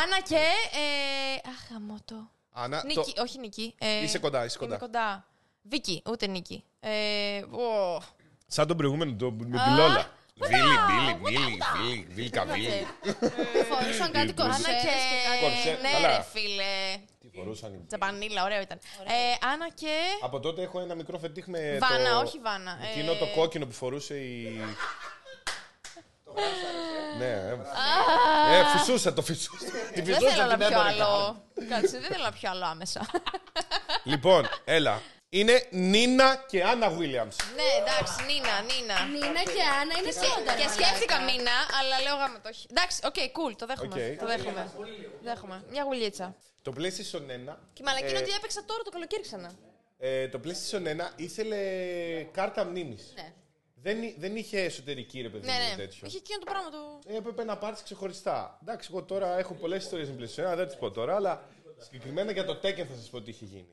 Speaker 2: Άννα και. Ε, αχ, αμότο.
Speaker 1: Άννα, το-
Speaker 2: Νίκη, όχι Νίκη. Ε,
Speaker 1: Είσαι κοντά, είσαι
Speaker 2: είμαι
Speaker 1: κοντά.
Speaker 2: κοντά. Βίκυ, ούτε Νίκη. Ε, ω.
Speaker 1: Σαν τον προηγούμενο, τον Μπιλόλα. Βίλι, βίλι, βίλι, βίλι, βίλι, καβίλι.
Speaker 3: Φορούσαν κάτι
Speaker 2: Άννα
Speaker 3: κορσέρες
Speaker 2: και.
Speaker 1: Κορσέ,
Speaker 2: Ναι,
Speaker 1: καλά.
Speaker 2: ρε φίλε.
Speaker 1: Τι φορούσαν οι-
Speaker 2: Τζαπανίλα, ωραίο ήταν. Ε, Άννα και.
Speaker 1: Από τότε έχω ένα μικρό φετίχ με.
Speaker 2: Βάνα,
Speaker 1: το...
Speaker 2: όχι Βάνα.
Speaker 1: Εκείνο
Speaker 2: Ε,
Speaker 1: το κόκκινο που φορούσε η. ναι, ε. ε, φυσούσα, το φυσούσα. Τη
Speaker 2: Δεν
Speaker 1: φυσούσα,
Speaker 2: θέλω
Speaker 1: την
Speaker 2: να πιω
Speaker 1: έβαλα.
Speaker 2: άλλο. Κάτσε, δεν θέλω να πιω άλλο άμεσα.
Speaker 1: Λοιπόν, έλα. Είναι Νίνα και Άννα Βίλιαμς.
Speaker 2: ναι, εντάξει, Νίνα, Νίνα.
Speaker 3: Μίνα και Άννα είναι σίγουρα.
Speaker 2: Και σκέφτηκα μήνα, αλλά λέω γάμα το όχι. Εντάξει, οκ, cool, το δέχομαι.
Speaker 1: Οκ.
Speaker 2: Το δέχομαι. δέχομαι. Μια γουλίτσα.
Speaker 1: Το PlayStation 1.
Speaker 2: Και η μαλακή είναι
Speaker 1: ε,
Speaker 2: ότι έπαιξα τώρα το καλοκαίρι ξανά.
Speaker 1: ε, το PlayStation 1 ήθελε κάρτα μνήμης.
Speaker 3: Ναι.
Speaker 1: Δεν, εί- δεν είχε εσωτερική ρε παιδί
Speaker 2: Ναι,
Speaker 1: μου
Speaker 2: ναι.
Speaker 1: τέτοιο.
Speaker 2: Είχε εκείνο το πράγμα το.
Speaker 1: Ε, Έπρεπε να πάρεις ξεχωριστά. Εντάξει, εγώ τώρα έχω πολλές ιστορίες με PlayStation 1, δεν τις πω τώρα, αλλά συγκεκριμένα για το Tekken θα σας πω τι είχε γίνει.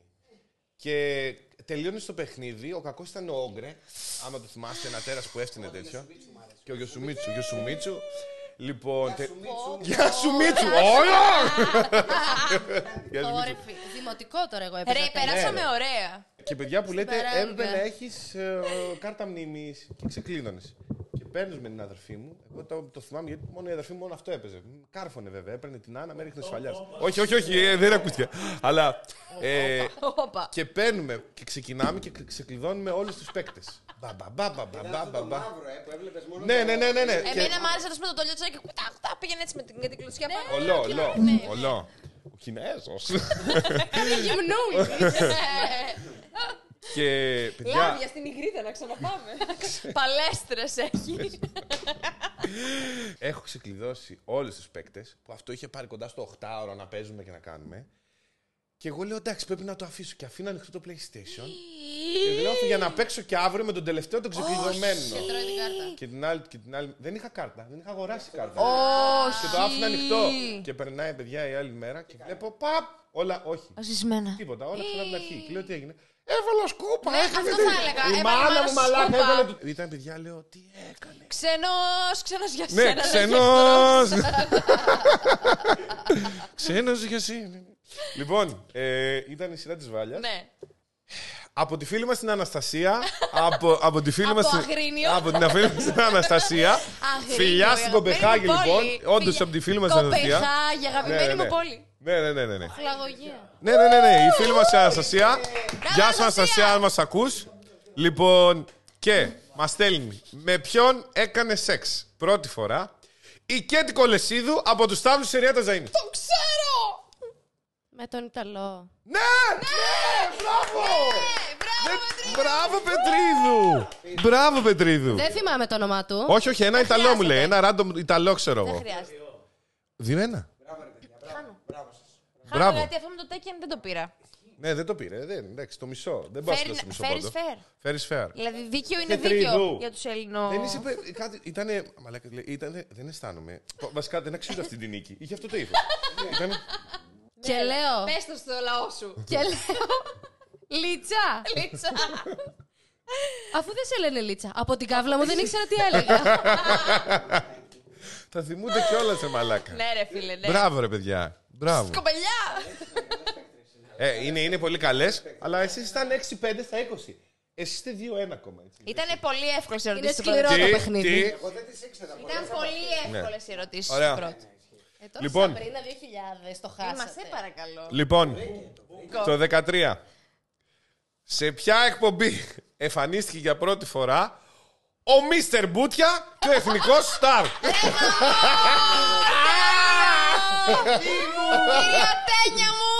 Speaker 1: Και τελείωνε στο παιχνίδι, ο κακός ήταν ο Όγκρε. Άμα το θυμάστε, ένα τέρας που έφτιανε τέτοιο. Και ο Γιωσουμίτσου. Γιωσουμίτσου. Λοιπόν. τε- Γεια σου Μίτσου! Όλα! Γεια σου, Μίτσου.
Speaker 3: Ωρεφή. Δημοτικό τώρα εγώ έπαιζα.
Speaker 2: Ρε,
Speaker 3: τέλος.
Speaker 1: Ναι,
Speaker 2: περάσαμε ωραία.
Speaker 1: Και παιδιά που λέτε,
Speaker 3: Σοβαρά,
Speaker 1: έπρεπε
Speaker 3: Λούκα.
Speaker 1: να έχεις ε, κάρτα μνήμης και ξεκλίνωνες. Και παίρνει με την αδερφή μου. Εγώ το, το θυμάμαι γιατί μόνο η αδερφή μου μόνο αυτό έπαιζε. Μ, Κάρφωνε βέβαια. Έπαιρνε την Άννα, με ρίχνε σφαλιά. Όχι, όχι, όχι, ε, δεν ακούστηκε. Αλλά. ε,
Speaker 2: Όπα.
Speaker 1: και παίρνουμε και ξεκινάμε και ξε- ξεκλειδώνουμε όλους τους παίκτες.
Speaker 4: Ήταν αυτό το μαύρο, ε, που έβλεπες μόνο.
Speaker 1: Ναι,
Speaker 4: το-
Speaker 1: ναι, ναι, ναι. ναι. Και-
Speaker 2: Εμένα μου άρεσε να πούμε το τολιό και κουτά, κουτά, πήγαινε έτσι με την, με την κλωτσιά πάνω.
Speaker 1: Ολό, ολό, ολό. Ο Κινέζος.
Speaker 3: Γυμνούλη.
Speaker 1: και παιδιά.
Speaker 2: στην Ιγρίδα να ξαναπάμε. Παλέστρες έχει.
Speaker 1: Έχω ξεκλειδώσει όλους τους παίκτες που αυτό είχε πάρει κοντά στο 8 ώρα να παίζουμε και να κάνουμε. Και εγώ λέω εντάξει, πρέπει να το αφήσω. Και αφήνω ανοιχτό το PlayStation. και δηλώθω για να παίξω και αύριο με τον τελευταίο τον ξεκλειδωμένο.
Speaker 3: Τρώει την κάρτα.
Speaker 1: και, την άλλη, και την άλλη. Δεν είχα κάρτα, δεν είχα αγοράσει κάρτα. Και το άφηνα ανοιχτό. Και περνάει παιδιά η άλλη μέρα και βλέπω παπ! Όλα, όχι.
Speaker 2: Ζησμένα.
Speaker 1: Τίποτα, όλα ξανά από την αρχή. Και λέω τι έγινε. Έβαλα σκούπα!
Speaker 2: Ναι,
Speaker 1: έκανε
Speaker 2: αυτό
Speaker 1: τι-
Speaker 2: θα έλεγα.
Speaker 1: Η
Speaker 2: Έβαλε
Speaker 1: μάνα
Speaker 2: μάνα
Speaker 1: μου μαλάκα
Speaker 2: σκούπα.
Speaker 1: έβαλε το. Ήταν παιδιά, λέω τι έκανε.
Speaker 2: Ξενός, ξένος για σένα.
Speaker 1: Ναι,
Speaker 2: λέγε.
Speaker 1: ξένος! Ξένος για εσύ. Λοιπόν, ε, ήταν η σειρά της Βάλιας.
Speaker 2: Ναι.
Speaker 1: Από τη φίλη μας την Αναστασία. από, από τη φίλη μας
Speaker 2: Από
Speaker 1: την-
Speaker 2: Αγρίνιο.
Speaker 1: Από την φίλη μας την Αναστασία. Φιλιά στην Κοπεχάγη, λοιπόν. Όντω
Speaker 2: Όντω
Speaker 1: από τη φίλη μας την Αναστασία.
Speaker 2: Κοπεχάγη, αγαπημένη μου πόλη.
Speaker 1: Ναι, ναι, ναι, ναι, ναι.
Speaker 3: Φλαγωγία.
Speaker 1: Ναι, ναι, ναι, ναι. Η φίλη μας η Αναστασία. Γεια σου,
Speaker 2: Αναστασία.
Speaker 1: Αναστασία, αν μας ακούς. Λοιπόν, και μας στέλνει. Με ποιον έκανε σεξ πρώτη φορά η Κέτη Κολεσίδου από του Σταύρου τη Ιρία Ταζαΐνη.
Speaker 2: Το ξέρω!
Speaker 3: Με τον Ιταλό.
Speaker 1: Ναι! Ναι! Μπράβο!
Speaker 2: Ε,
Speaker 1: Ναι.
Speaker 2: μπράβο, Πετρίδη.
Speaker 1: Μπράβο, Πετρίδου! Μπράβο, Πετρίδου!
Speaker 3: Δεν θυμάμαι το όνομά του.
Speaker 1: Όχι, όχι, ένα Ιταλό μου λέει. Ένα random Ιταλό, ξέρω
Speaker 2: Δεν
Speaker 1: εγώ.
Speaker 2: χρειάζεται.
Speaker 1: Δίνω ένα.
Speaker 2: Χάνω
Speaker 1: Μπράβο.
Speaker 2: γιατί αυτό δηλαδή, με το τέκεν δεν το πήρα.
Speaker 1: Ναι, δεν το πήρε. Δεν, εντάξει, το μισό. Δεν πάω
Speaker 2: Fair-
Speaker 1: στο μισό
Speaker 2: fair
Speaker 1: πόντο.
Speaker 2: is fair.
Speaker 1: Fair is fair.
Speaker 2: Δηλαδή δίκαιο είναι
Speaker 1: τριδού.
Speaker 2: δίκαιο για τους Ελληνό.
Speaker 1: Δεν είσαι. πε- Κάτι, ήτανε, μαλάκα, λέει, ήτανε, δεν αισθάνομαι. Πα- Βασικά δεν αξίζω αυτή την νίκη. Είχε αυτό το ύφος. ήτανε,
Speaker 3: Και λέω.
Speaker 2: Ναι, Πες το στο λαό σου.
Speaker 3: Και λέω. Λίτσα!
Speaker 2: Λίτσα.
Speaker 3: Αφού δεν σε λένε Λίτσα. Από την κάβλα μου δεν ήξερα τι έλεγα.
Speaker 1: θα θυμούνται κιόλας σε μαλάκα.
Speaker 2: Ναι ρε φίλε, ναι.
Speaker 1: Μπράβο, ρε παιδιά. Μπράβο.
Speaker 2: Κοπελιά!
Speaker 1: Ε, είναι, είναι πολύ καλές, αλλά εσείς ήταν 6-5 στα 20. Εσείς είστε 2-1 ακόμα. Έτσι.
Speaker 2: Ήταν πολύ εύκολες οι
Speaker 3: Είναι
Speaker 2: ερωτήσεις. του
Speaker 3: σκληρό
Speaker 2: πρώτου.
Speaker 3: το
Speaker 1: Τι,
Speaker 3: παιχνίδι.
Speaker 1: τι.
Speaker 4: Εγώ
Speaker 2: Ε,
Speaker 4: δεν τις ήξερα πολύ.
Speaker 2: Ήταν πολύ εύκολες οι ερωτήσεις
Speaker 1: Ναι. Ωραία.
Speaker 2: του πρώτου.
Speaker 3: Ε, τώρα
Speaker 1: Λοιπόν.
Speaker 3: λοιπόν. Σαμπρίνα 2000 το
Speaker 2: Ε, Μα
Speaker 3: χάσατε.
Speaker 2: σε παρακαλώ.
Speaker 1: Λοιπόν, το 13. Σε ποια εκπομπή εμφανίστηκε για πρώτη φορά ο Μίστερ Μπούτια και ο Εθνικός Σταρ.
Speaker 2: Κυρία Τένια μου!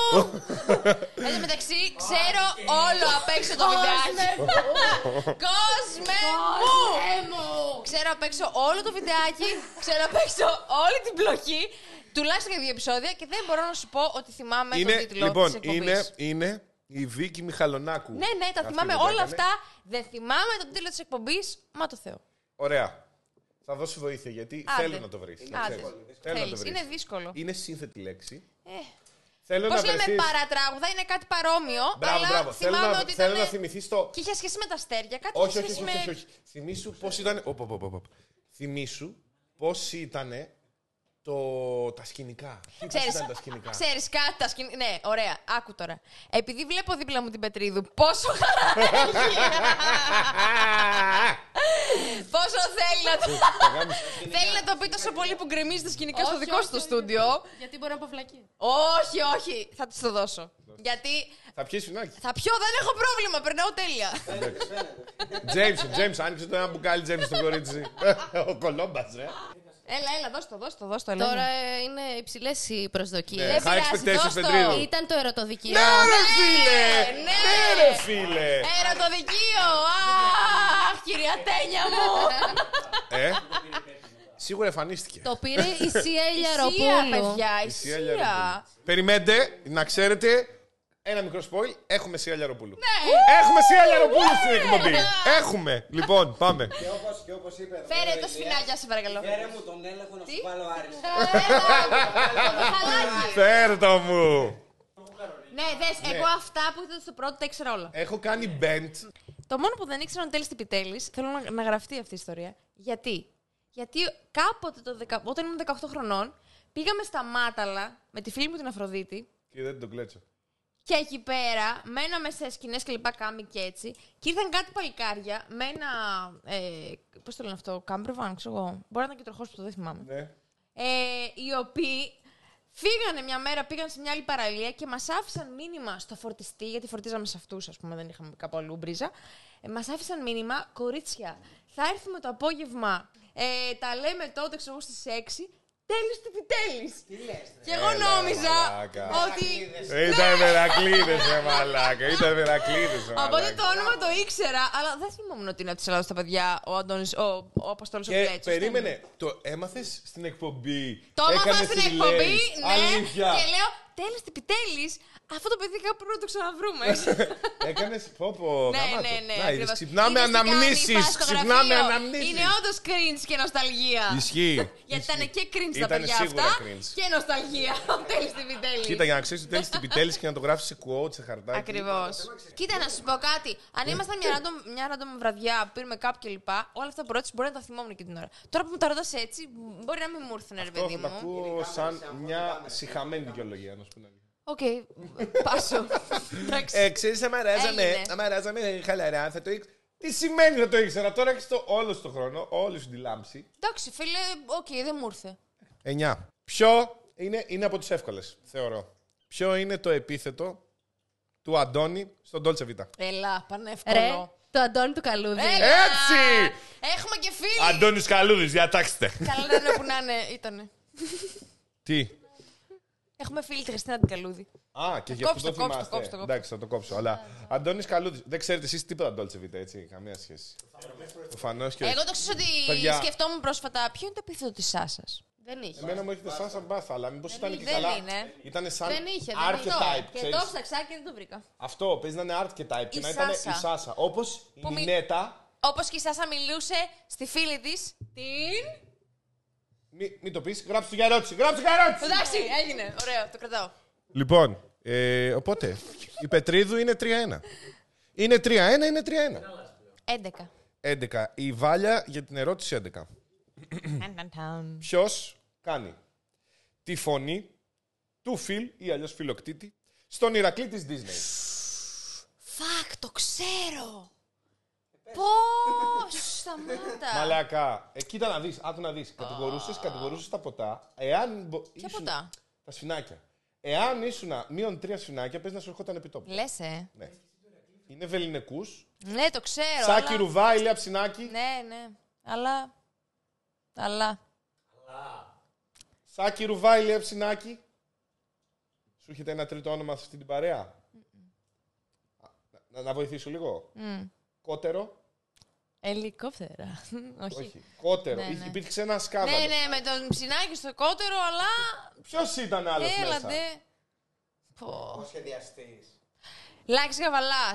Speaker 2: Εν τω μεταξύ, ξέρω όλο απ' έξω το βιντεάκι. Κόσμε μου! Ξέρω απ' έξω όλο το βιντεάκι, ξέρω απ' έξω όλη την πλοκή. Τουλάχιστον για δύο επεισόδια και δεν μπορώ να σου πω ότι θυμάμαι τον
Speaker 1: Είναι,
Speaker 2: τίτλο της
Speaker 1: λοιπόν,
Speaker 2: εκπομπής.
Speaker 1: είναι, είναι η Βίκη Μιχαλονάκου.
Speaker 2: Ναι, ναι, τα
Speaker 1: Αυτή
Speaker 2: θυμάμαι
Speaker 1: που το
Speaker 2: όλα
Speaker 1: έκανε.
Speaker 2: αυτά. Δεν θυμάμαι τον τίτλο της εκπομπής, μα το Θεό.
Speaker 1: Ωραία. Θα δώσω βοήθεια γιατί
Speaker 2: Άντε.
Speaker 1: θέλω να το βρεις.
Speaker 2: Άντε.
Speaker 1: Θέλω να το
Speaker 2: Θέλεις.
Speaker 1: βρει.
Speaker 2: Είναι δύσκολο.
Speaker 1: Είναι σύνθετη λέξη. Θέλω
Speaker 2: Πώς
Speaker 1: να
Speaker 2: λέμε
Speaker 1: βρεθείς-
Speaker 2: παρατράγουδα, είναι κάτι παρόμοιο.
Speaker 1: Μπράβο,
Speaker 2: αλλά
Speaker 1: μπράβο. Θέλω
Speaker 2: Θυμάμαι
Speaker 1: να,
Speaker 2: ότι
Speaker 1: θέλω
Speaker 2: ήταν.
Speaker 1: να θυμηθείς το.
Speaker 2: Και είχε σχέση με τα αστέρια, κάτι
Speaker 1: Όχι,
Speaker 2: είχε
Speaker 1: όχι,
Speaker 2: σχέση
Speaker 1: όχι, όχι,
Speaker 2: με.
Speaker 1: όχι. Θυμήσου πώς ήταν. Οπ, οπ, οπ, οπ, οπ. Θυμήσου πώς ήταν το... τα σκηνικά. Τι πώς
Speaker 2: Ξέρεις,
Speaker 1: ήταν τα σκηνικά.
Speaker 2: ξέρεις κάτι τα σκηνικά. Ναι, ωραία, άκου τώρα. Επειδή βλέπω δίπλα μου την Πετρίδου, πόσο χαρά έχει. πόσο θέλει να το... θέλει να το πει τόσο πολύ που γκρεμίζει τα σκηνικά στο
Speaker 3: Όχι,
Speaker 2: δικό
Speaker 3: όχι,
Speaker 2: σου το
Speaker 3: όχι.
Speaker 2: στούντιο.
Speaker 3: Γιατί μπορεί να αποβλακεί.
Speaker 2: όχι, όχι, θα της το δώσω. Γιατί
Speaker 1: Θα πιεις φινάκι.
Speaker 2: θα πιω, δεν έχω πρόβλημα, περνάω τέλεια.
Speaker 1: Τζέιμς, Τζέιμς, άνοιξε το ένα μπουκάλι Τζέιμς στο κορίτσι. Ο Κολόμπας, ρε.
Speaker 2: έλα, έλα, δώσ' το, δώσ' το, δώσ' το. Ελένη.
Speaker 3: Τώρα ε, είναι υψηλές οι προσδοκίες.
Speaker 2: Δεν
Speaker 1: Ε, High
Speaker 2: Ε, πειράζει,
Speaker 1: expectations,
Speaker 2: δώσ' το.
Speaker 1: Πετρίδου.
Speaker 3: Ήταν το ερωτοδικείο.
Speaker 1: Ναι, ρε φίλε!
Speaker 2: ναι.
Speaker 1: Ναι, ρε φίλε!
Speaker 2: Έρα το δικείο! Αχ, κυρία Τένια μου!
Speaker 1: Ε, Σίγουρα εμφανίστηκε.
Speaker 3: Το πήρε η Σία
Speaker 2: Ισία,
Speaker 3: Ηλιαροπούλου.
Speaker 2: παιδιά,
Speaker 1: Σία
Speaker 2: Ισία.
Speaker 1: Λιαροπούλου. Περιμένετε, να ξέρετε, ένα μικρό spoil, έχουμε Σία Λιαροπούλου.
Speaker 2: Ναι.
Speaker 1: Έχουμε Σία Λιαροπούλου στην εκπομπή. Έχουμε. Λοιπόν, πάμε.
Speaker 4: Και όπως, και όπως είπε εδώ
Speaker 2: Φέρε
Speaker 4: ο
Speaker 2: το
Speaker 4: Ηλίας,
Speaker 2: σφινάκια, σε παρακαλώ. Ε,
Speaker 4: Φέρε μου τον έλεγχο να σου βάλω άριστα.
Speaker 2: Χαλάκι.
Speaker 1: Φέρτο μου.
Speaker 2: Ναι, δες, εγώ αυτά που ήταν στο πρώτο τα ήξερα όλα.
Speaker 1: Έχω κάνει bent.
Speaker 2: Το μόνο που δεν ήξερα είναι ο Τέλης Τυπιτέλης. Θέλω να, να γραφτεί αυτή η ιστορία. Γιατί. Γιατί κάποτε, το δεκα- όταν ήμουν 18 χρονών, πήγαμε στα Μάταλα με τη φίλη μου την Αφροδίτη
Speaker 1: Και δεν τον κλέτσω.
Speaker 2: Και εκεί πέρα μέναμε σε σκηνέ και λοιπά, κάμπι και έτσι. Και ήρθαν κάτι παλικάρια με ένα. Ε, Πώς το λένε αυτό, κάμπροβαν, ξέρω εγώ. Μπορεί να ήταν και τροχός που το δεν θυμάμαι.
Speaker 1: Ναι.
Speaker 2: Ε, οι οποίοι φύγανε μια μέρα, πήγαν σε μια άλλη παραλία και μας άφησαν μήνυμα στο φορτιστή, γιατί φορτίζαμε σε αυτούς, ας πούμε, δεν είχαμε κάπου αλλού μπρίζα. Ε, μας άφησαν μήνυμα, κορίτσια, θα έρθουμε το απόγευμα. Ε, τα λέμε τότε, ξέρω εγώ, στις 6. Τέλει του επιτέλει. Και εγώ
Speaker 1: Έλα,
Speaker 2: νόμιζα
Speaker 1: μαλάκα.
Speaker 2: ότι.
Speaker 1: Ήταν Βερακλίδε, ρε μαλάκα. Ήταν Βερακλίδε.
Speaker 2: Ναι. Οπότε το όνομα το ήξερα, αλλά δεν θυμόμουν ότι είναι από τη Ελλάδα τα παιδιά ο Αντώνης, ο, ο Αποστόλος ο
Speaker 1: Και
Speaker 2: Κλέτσος.
Speaker 1: περίμενε, το έμαθες στην εκπομπή.
Speaker 2: Το έμαθα
Speaker 1: Έκανες
Speaker 2: στην
Speaker 1: relay.
Speaker 2: εκπομπή, ναι,
Speaker 1: Αλήθεια.
Speaker 2: και λέω, τέλος, επιτέλεις, αυτό το παιδί κάπου πρέπει να το ξαναβρούμε.
Speaker 1: Ε, Έκανε φόπο.
Speaker 2: ναι, ναι, ναι,
Speaker 1: Να, είδες,
Speaker 2: ακριβώς.
Speaker 1: ξυπνάμε
Speaker 2: Είδες τι κάνει,
Speaker 1: αναμνήσει.
Speaker 2: φάση στο
Speaker 1: Ξυπνάμε
Speaker 2: γραφείο.
Speaker 1: αναμνήσεις.
Speaker 2: Είναι όντως cringe και νοσταλγία.
Speaker 1: Ισχύει.
Speaker 2: Γιατί ήταν και cringe τα
Speaker 1: Ήταν
Speaker 2: παιδιά
Speaker 1: σίγουρα
Speaker 2: αυτά
Speaker 1: cringe.
Speaker 2: και νοσταλγία. Ο Τέλης Τυπιτέλης.
Speaker 1: Κοίτα, για να ξέρεις ότι τέλει την επιτέλει και να το γράφεις σε quote, σε χαρτάκι.
Speaker 2: Ακριβώς. Κοίτα, να σου πω κάτι. Αν
Speaker 1: Ναι.
Speaker 2: ήμασταν μια random, μια random βραδιά, πήραμε κάπου και λοιπά, όλα αυτά που ρώτησες μπορεί να τα θυμόμουν και την ώρα. Τώρα που μου τα ρωτάς έτσι, μπορεί να μην μου ήρθουν, ρε
Speaker 1: Αυτό
Speaker 2: παιδί
Speaker 1: θα τα
Speaker 2: μου.
Speaker 1: ακούω σαν μια συχαμένη δικαιολογία, να σου πω την αλήθεια.
Speaker 2: Οκ, πάσο. Εντάξει.
Speaker 1: Ε, ξέρεις, άμα ράζαμε,
Speaker 2: Έγινε.
Speaker 1: άμα ράζαμε χαλαρά, θα το ήξερα. Τι σημαίνει να το ήξερα, τώρα έχεις το όλο στο χρόνο, όλη σου τη λάμψη.
Speaker 2: Εντάξει, φίλε, οκ, δεν μου ήρθε.
Speaker 1: 9. Ποιο είναι, είναι από τις εύκολες, θεωρώ. Ποιο είναι το επίθετο του Αντώνη στον Dolce Vita.
Speaker 2: Ελά,
Speaker 3: Ρε,
Speaker 2: πανεύκολο.
Speaker 3: το Αντώνη του Καλούδη.
Speaker 2: Έλα!
Speaker 1: Έτσι!
Speaker 2: Έχουμε και φίλοι!
Speaker 1: Αντώνης Καλούδης, διατάξτε.
Speaker 2: Καλά να είναι που να είναι, ήτανε.
Speaker 1: Τι.
Speaker 2: Έχουμε φίλη τη Χριστίνα την Καλούδη.
Speaker 1: Α, και γι'
Speaker 2: κόψω,
Speaker 1: αυτό
Speaker 2: το
Speaker 1: το
Speaker 2: κόψω, το
Speaker 1: θυμάστε.
Speaker 2: κόψω, το κόψω.
Speaker 1: Εντάξει, θα το κόψω. Αλλά Αντώνης Καλούδης, δεν ξέρετε εσείς τίποτα Dolce Vita, έτσι. Καμία σχέση. Προφανώς και όχι.
Speaker 2: Εγώ το ξέρω ότι
Speaker 1: Παιδιά.
Speaker 2: σκεφτόμουν πρόσφατα ποιο είναι το επίθετο της Σάσας.
Speaker 3: Δεν είχε.
Speaker 1: Εμένα μου έρχεται σαν σαν μπάθα, αλλά μήπως ήταν και
Speaker 2: είναι.
Speaker 1: καλά.
Speaker 2: Δεν είναι.
Speaker 1: Ήταν σαν
Speaker 3: Δεν είχε. δεν είχε.
Speaker 1: archetype,
Speaker 3: Και
Speaker 1: ξέρεις.
Speaker 3: το ψάξα και δεν το βρήκα.
Speaker 1: Αυτό παίζει να είναι archetype και
Speaker 2: Η
Speaker 1: να ήταν η
Speaker 2: Σάσα.
Speaker 1: Σάσα. Όπως η
Speaker 2: Που μι-
Speaker 1: Νινέτα.
Speaker 2: Όπως και η Σάσα μιλούσε στη φίλη της, την.
Speaker 1: Μην μη το πεις, γράψτε το για ερώτηση. Γράψτε το για ερώτηση.
Speaker 2: Εντάξει, έγινε. Ωραίο, το κρατάω.
Speaker 1: Λοιπόν, ε, οπότε η Πετρίδου είναι 3-1. Είναι 3-1, είναι 3-1.
Speaker 2: 11.
Speaker 1: 11. Η Βάλια για την ερώτηση 11.
Speaker 2: Ταν, ταν, ταν.
Speaker 1: Ποιος κάνει τη φωνή του Φιλ ή αλλιώς φιλοκτήτη στον Ηρακλή της Disney.
Speaker 2: Φακ, το ξέρω. Ε, Πώ! Σταμάτα.
Speaker 1: Μαλάκα. Ε, κοίτα να δεις, άκου να δεις. Κατηγορούσες, κατηγορούσες τα ποτά. Εάν μπο-
Speaker 2: Ποια
Speaker 1: ήσουν-
Speaker 2: ποτά?
Speaker 1: Τα σφινάκια. Εάν ήσουν μείον τρία σφινάκια, πες να σου ερχόταν επιτόπου.
Speaker 2: Λες, ε.
Speaker 1: Ναι. Είναι βεληνικούς.
Speaker 2: Ναι, το ξέρω.
Speaker 1: Σάκη
Speaker 2: αλλά-
Speaker 1: Ρουβά, Ηλία Ψινάκη.
Speaker 2: Ναι, ναι. Αλλά. Αλλά.
Speaker 1: Σάκη Ρουβά, Ηλία Ψινάκη. Σου έρχεται ένα τρίτο όνομα σε αυτή την παρέα. Α, Να, να βοηθήσω λίγο.
Speaker 2: Mm.
Speaker 1: Κότερο.
Speaker 2: Ελικόπτερα. Όχι.
Speaker 1: Όχι. Κότερο.
Speaker 2: Ναι, ναι.
Speaker 1: Υπήρξε ένα σκάβαλο.
Speaker 2: Ναι, ναι, με τον ψινάκι στο κότερο, αλλά.
Speaker 1: Ποιος ήταν άλλος μέσα.
Speaker 2: Ε, Έλατε. Πω.
Speaker 4: Ο σχεδιαστής.
Speaker 2: Λάκης Γαβαλάς.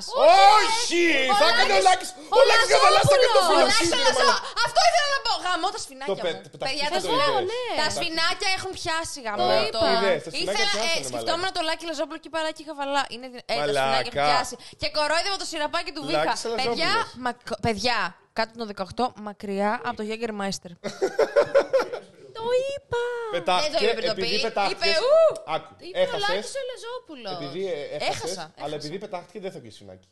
Speaker 1: Όχι!
Speaker 2: Ο
Speaker 1: θα έκανε ο
Speaker 2: Λάκης-
Speaker 1: Λάκης. Ο Λάκη Καβαλά θα έκανε το
Speaker 2: Ο
Speaker 1: φίλο.
Speaker 2: Λάκης
Speaker 1: Σύντομα,
Speaker 2: Γαβαλάς.
Speaker 1: μαλάκα.
Speaker 2: Αυτό ήθελα να πω. Γαμώ τα σφινάκια.
Speaker 1: Το
Speaker 2: μου.
Speaker 1: πε- πεταχτεί
Speaker 2: Παιδιά,
Speaker 1: το
Speaker 2: δεν
Speaker 1: είδες.
Speaker 3: λέω, ναι.
Speaker 2: Τα σφινάκια έχουν πιάσει γαμό.
Speaker 1: Ωραία.
Speaker 3: Το είπα.
Speaker 1: Είδες, τα σφινάκια
Speaker 2: Ήθελα,
Speaker 1: πιάσανε,
Speaker 2: ε,
Speaker 1: μαλάκα.
Speaker 2: σκεφτόμουν το λάκι Λαζόπουλο και παράκι χαβαλά. Είναι δι- ε, τα
Speaker 1: Μαλάκα.
Speaker 2: σφινάκια έχουν πιάσει. Και κορόιδευα το σιραπάκι του Βίχα.
Speaker 1: Λάκης Λαζόπουλος.
Speaker 2: Παιδιά, μακ- παιδιά, κάτω των 18, μακριά από το Jäger Meister. Το είπα.
Speaker 1: Πετάχτηκε.
Speaker 2: Δεν το είπε πριν το
Speaker 1: Επειδή
Speaker 2: πει.
Speaker 1: πετάχτηκες.
Speaker 2: Είπε, ου.
Speaker 1: Άκου.
Speaker 3: Είπε ο
Speaker 1: Έχασε.
Speaker 3: Λάκης ο Λεζόπουλος.
Speaker 1: Επειδή ε, έχασες.
Speaker 2: Έχασα,
Speaker 1: Αλλά
Speaker 2: έχασα.
Speaker 1: επειδή πετάχτηκε δεν θα βγεις σφινάκι.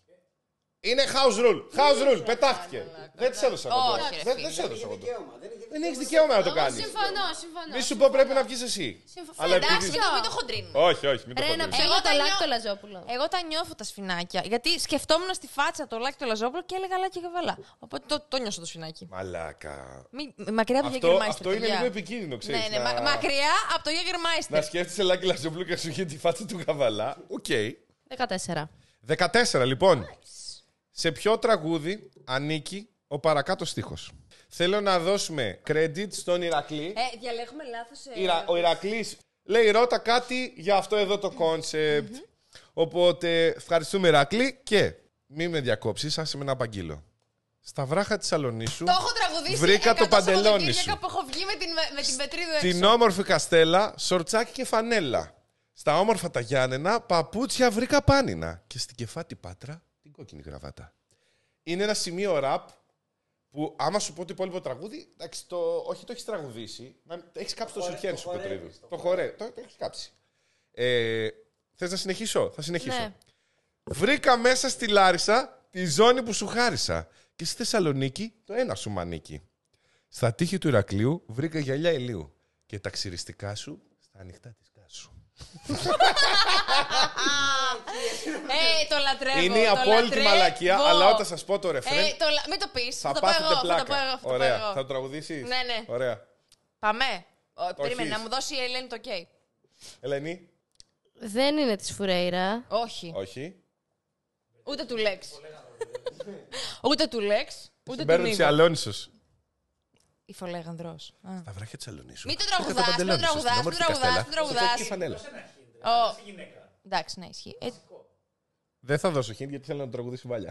Speaker 1: Είναι house rule. House rule. Πετάχτηκε. Δεν της έδωσα εγώ.
Speaker 2: Όχι,
Speaker 1: τώρα.
Speaker 2: ρε
Speaker 1: Δεν
Speaker 2: φίλε.
Speaker 1: δεν σ' έδωσα εγώ. τώρα.
Speaker 4: Δικαίωμα. Δεν έχει
Speaker 1: Δεν έχεις δικαίωμα να το κάνεις.
Speaker 3: Συμφωνώ, συμφωνώ.
Speaker 1: Μη σου πω πρέπει να βγεις εσύ.
Speaker 3: Συμφωνώ.
Speaker 1: Αλλά
Speaker 2: Εντάξει,
Speaker 1: επειδή.
Speaker 2: μην το- μην το χοντρίνουμε.
Speaker 1: Όχι, όχι, μην το
Speaker 3: Ρε, να
Speaker 1: χοντρίνεις.
Speaker 3: ψέγω
Speaker 2: Εγώ
Speaker 3: το
Speaker 2: τα
Speaker 3: Λάκη
Speaker 2: νιώ-
Speaker 3: το Λαζόπουλο.
Speaker 2: Εγώ τα νιώθω τα σφινάκια. Γιατί σκεφτόμουν στη φάτσα το λάκι του Λαζόπουλου και έλεγα λάκι γαβαλά. Οπότε το, το νιώσα το σφινάκι.
Speaker 1: Μαλάκα.
Speaker 2: Μη, μακριά από το
Speaker 1: Αυτό,
Speaker 2: Jägermeister.
Speaker 1: αυτό είναι
Speaker 2: παιδιά.
Speaker 1: λίγο επικίνδυνο, ξέρεις.
Speaker 2: Ναι, ναι, μα- μακριά από το Jägermeister.
Speaker 1: Να σκέφτεσαι Λάκη Λαζόπουλο και να σου γίνει τη φάτσα του Καβαλά. Οκ.
Speaker 3: 14.
Speaker 1: 14, λοιπόν. Σε ποιο τραγούδι ανήκει ο παρακάτω στίχος. Θέλω να δώσουμε credit στον Ηρακλή.
Speaker 2: Ε, διαλέγουμε λάθος. Ε...
Speaker 1: Ήρα- Ο Ηρακλής λέει ρώτα κάτι για αυτό εδώ το κονσεπτ Οπότε ευχαριστούμε Ηρακλή και μη με διακόψεις, άσε με να απαγγείλω. Στα βράχα της Σαλονίσου
Speaker 2: Το έχω τραγουδήσει.
Speaker 1: βρήκα το
Speaker 2: 100
Speaker 1: παντελόνι σου.
Speaker 2: Σαββατοκύριακα που έχω βγει με την, με την πετρίδα έξω.
Speaker 1: Την όμορφη Καστέλα, σορτσάκι και φανέλα. Στα όμορφα τα Γιάννενα, παπούτσια βρήκα πάνινα. Και στην κεφάτη Πάτρα, την κόκκινη γραβάτα. Είναι ένα σημείο ραπ που άμα σου πω το υπόλοιπο τραγούδι, εντάξει, το, όχι το έχεις τραγουδήσει, έχεις κάψει το, σουκέν σου, Πετρίδου. Το χορέ, το, το έχεις κάψει. Ε, Θες να συνεχίσω, θα συνεχίσω.
Speaker 2: Ναι.
Speaker 1: Βρήκα μέσα στη Λάρισα τη ζώνη που σου χάρισα. Και στη Θεσσαλονίκη το ένα σου μανίκι. Στα τείχη του Ηρακλείου βρήκα γυαλιά ηλίου. Και τα ξυριστικά σου στα ανοιχτά της κάσου.
Speaker 2: Ε, το λατρεύω.
Speaker 1: Είναι η
Speaker 2: το
Speaker 1: απόλυτη
Speaker 2: λατρεύω.
Speaker 1: μαλακία, αλλά όταν σας πω το ρεφρέν,
Speaker 2: Ε, το... λα- Μην το πεις.
Speaker 1: θα
Speaker 2: Θα, το πω
Speaker 1: πάθετε
Speaker 2: εγώ. Θα
Speaker 1: πλάκα.
Speaker 2: το πω εγώ. Θα το πω
Speaker 1: Ωραία.
Speaker 2: εγώ.
Speaker 1: Θα το τραγουδήσεις.
Speaker 2: Ναι, ναι.
Speaker 1: Ωραία.
Speaker 2: Πάμε. Ο, Περίμενε
Speaker 1: αρχίζεις.
Speaker 2: να μου δώσει η Ελένη το OK.
Speaker 1: Ελένη,
Speaker 3: Δεν είναι της Φουρέιρα.
Speaker 2: Όχι.
Speaker 1: όχι.
Speaker 2: Ούτε του Λέξ. Ούτε του Λέξ. Ούτε του
Speaker 1: Μπέρνεψε
Speaker 2: Νίκο.
Speaker 1: Αλόνισο.
Speaker 2: Η Φολέγανδρος.
Speaker 1: Τα βράχια τη Αλονίσου.
Speaker 2: Μην το τραγουδάς, μην το τραγουδάς, μην το τραγουδάς, μην το τραγουδάς.
Speaker 5: γυναίκα.
Speaker 2: Εντάξει, ναι, ισχύει. Ε,
Speaker 1: Δεν θα δώσω χίνη γιατί θέλω να το τραγουδήσει βάλια.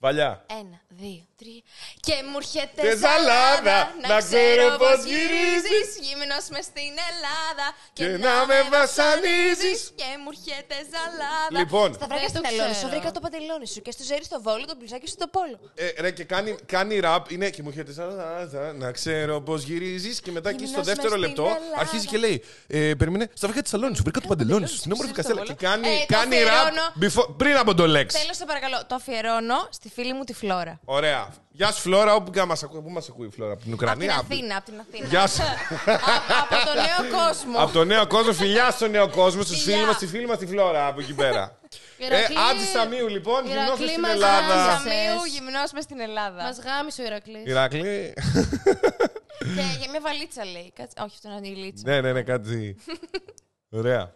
Speaker 1: Βαλιά.
Speaker 2: Ένα, δύο, τρία. Και μου έρχεται
Speaker 1: Και
Speaker 2: ζαλάδα
Speaker 1: ζαλάδα,
Speaker 2: να ξέρω πως
Speaker 1: γυρίζεις.
Speaker 2: γυρίζεις Γύμνος μες στην Ελλάδα
Speaker 1: Και να με βασανίζεις.
Speaker 2: Και μου έρχεται ζαλάδα
Speaker 1: Λοιπόν.
Speaker 2: Στα βράδια
Speaker 3: Δεν
Speaker 2: στην
Speaker 3: το
Speaker 2: Ελλάδα σου
Speaker 3: ξέρω.
Speaker 2: βρήκα το παντελόνι σου Και στο ζέρι στο βόλο, το μπλουζάκι σου στο πόλο
Speaker 1: Ε, ρε, και κάνει, κάνει ραπ. Είναι και μου έρχεται σαν να- να- να ξέρω πώς γυρίζεις. Και μετά εκεί στο
Speaker 2: Γυμνός
Speaker 1: δεύτερο
Speaker 2: μες
Speaker 1: λεπτό
Speaker 2: στην Ελλάδα.
Speaker 1: αρχίζει και λέει: ε, Περίμενε, στα βρήκα τη σαλόνι σου, βρήκα το παντελόνι σου. Στην όμορφη καστέλα. Και κάνει,
Speaker 2: Ε, το
Speaker 1: κάνει ραπ
Speaker 2: αφιερώνω.
Speaker 1: before- πριν από το λέξ.
Speaker 2: Τέλος, σε παρακαλώ, το αφιερώνω στη φίλη μου τη Φλόρα
Speaker 1: Ωραία. Γεια σου, Φλόρα, όπου και μας ακούει. Πού μας ακούει η Φλόρα, από την
Speaker 2: Απ' την
Speaker 1: Ουκρανία. από-
Speaker 2: Αθήνα, απ' την Αθήνα
Speaker 1: Γεια σου.
Speaker 2: Α- Από τον νέο κόσμο
Speaker 1: Από τον νέο κόσμο, φιλιά στον νέο κόσμο, στους
Speaker 2: Φιλιά.
Speaker 1: φίλους μας, στη φίλη μας τη Φλόρα από εκεί πέρα. ε,
Speaker 3: Ηρακλή.
Speaker 1: Άντζη Σαμίου, λοιπόν,
Speaker 3: Ηρακλή,
Speaker 1: γυμνός μες στην
Speaker 3: μας
Speaker 1: Ελλάδα.
Speaker 3: άρεσε.
Speaker 2: Σαμίου, γυμνός μες στην Ελλάδα
Speaker 3: Μας γάμισε ο Ηρακλής.
Speaker 1: Ηρακλή.
Speaker 2: Και για μια βαλίτσα λέει. Κάτσε- Όχι, αυτό είναι η λίτσα.
Speaker 1: ναι, ναι, ναι, κάτι. Ωραία.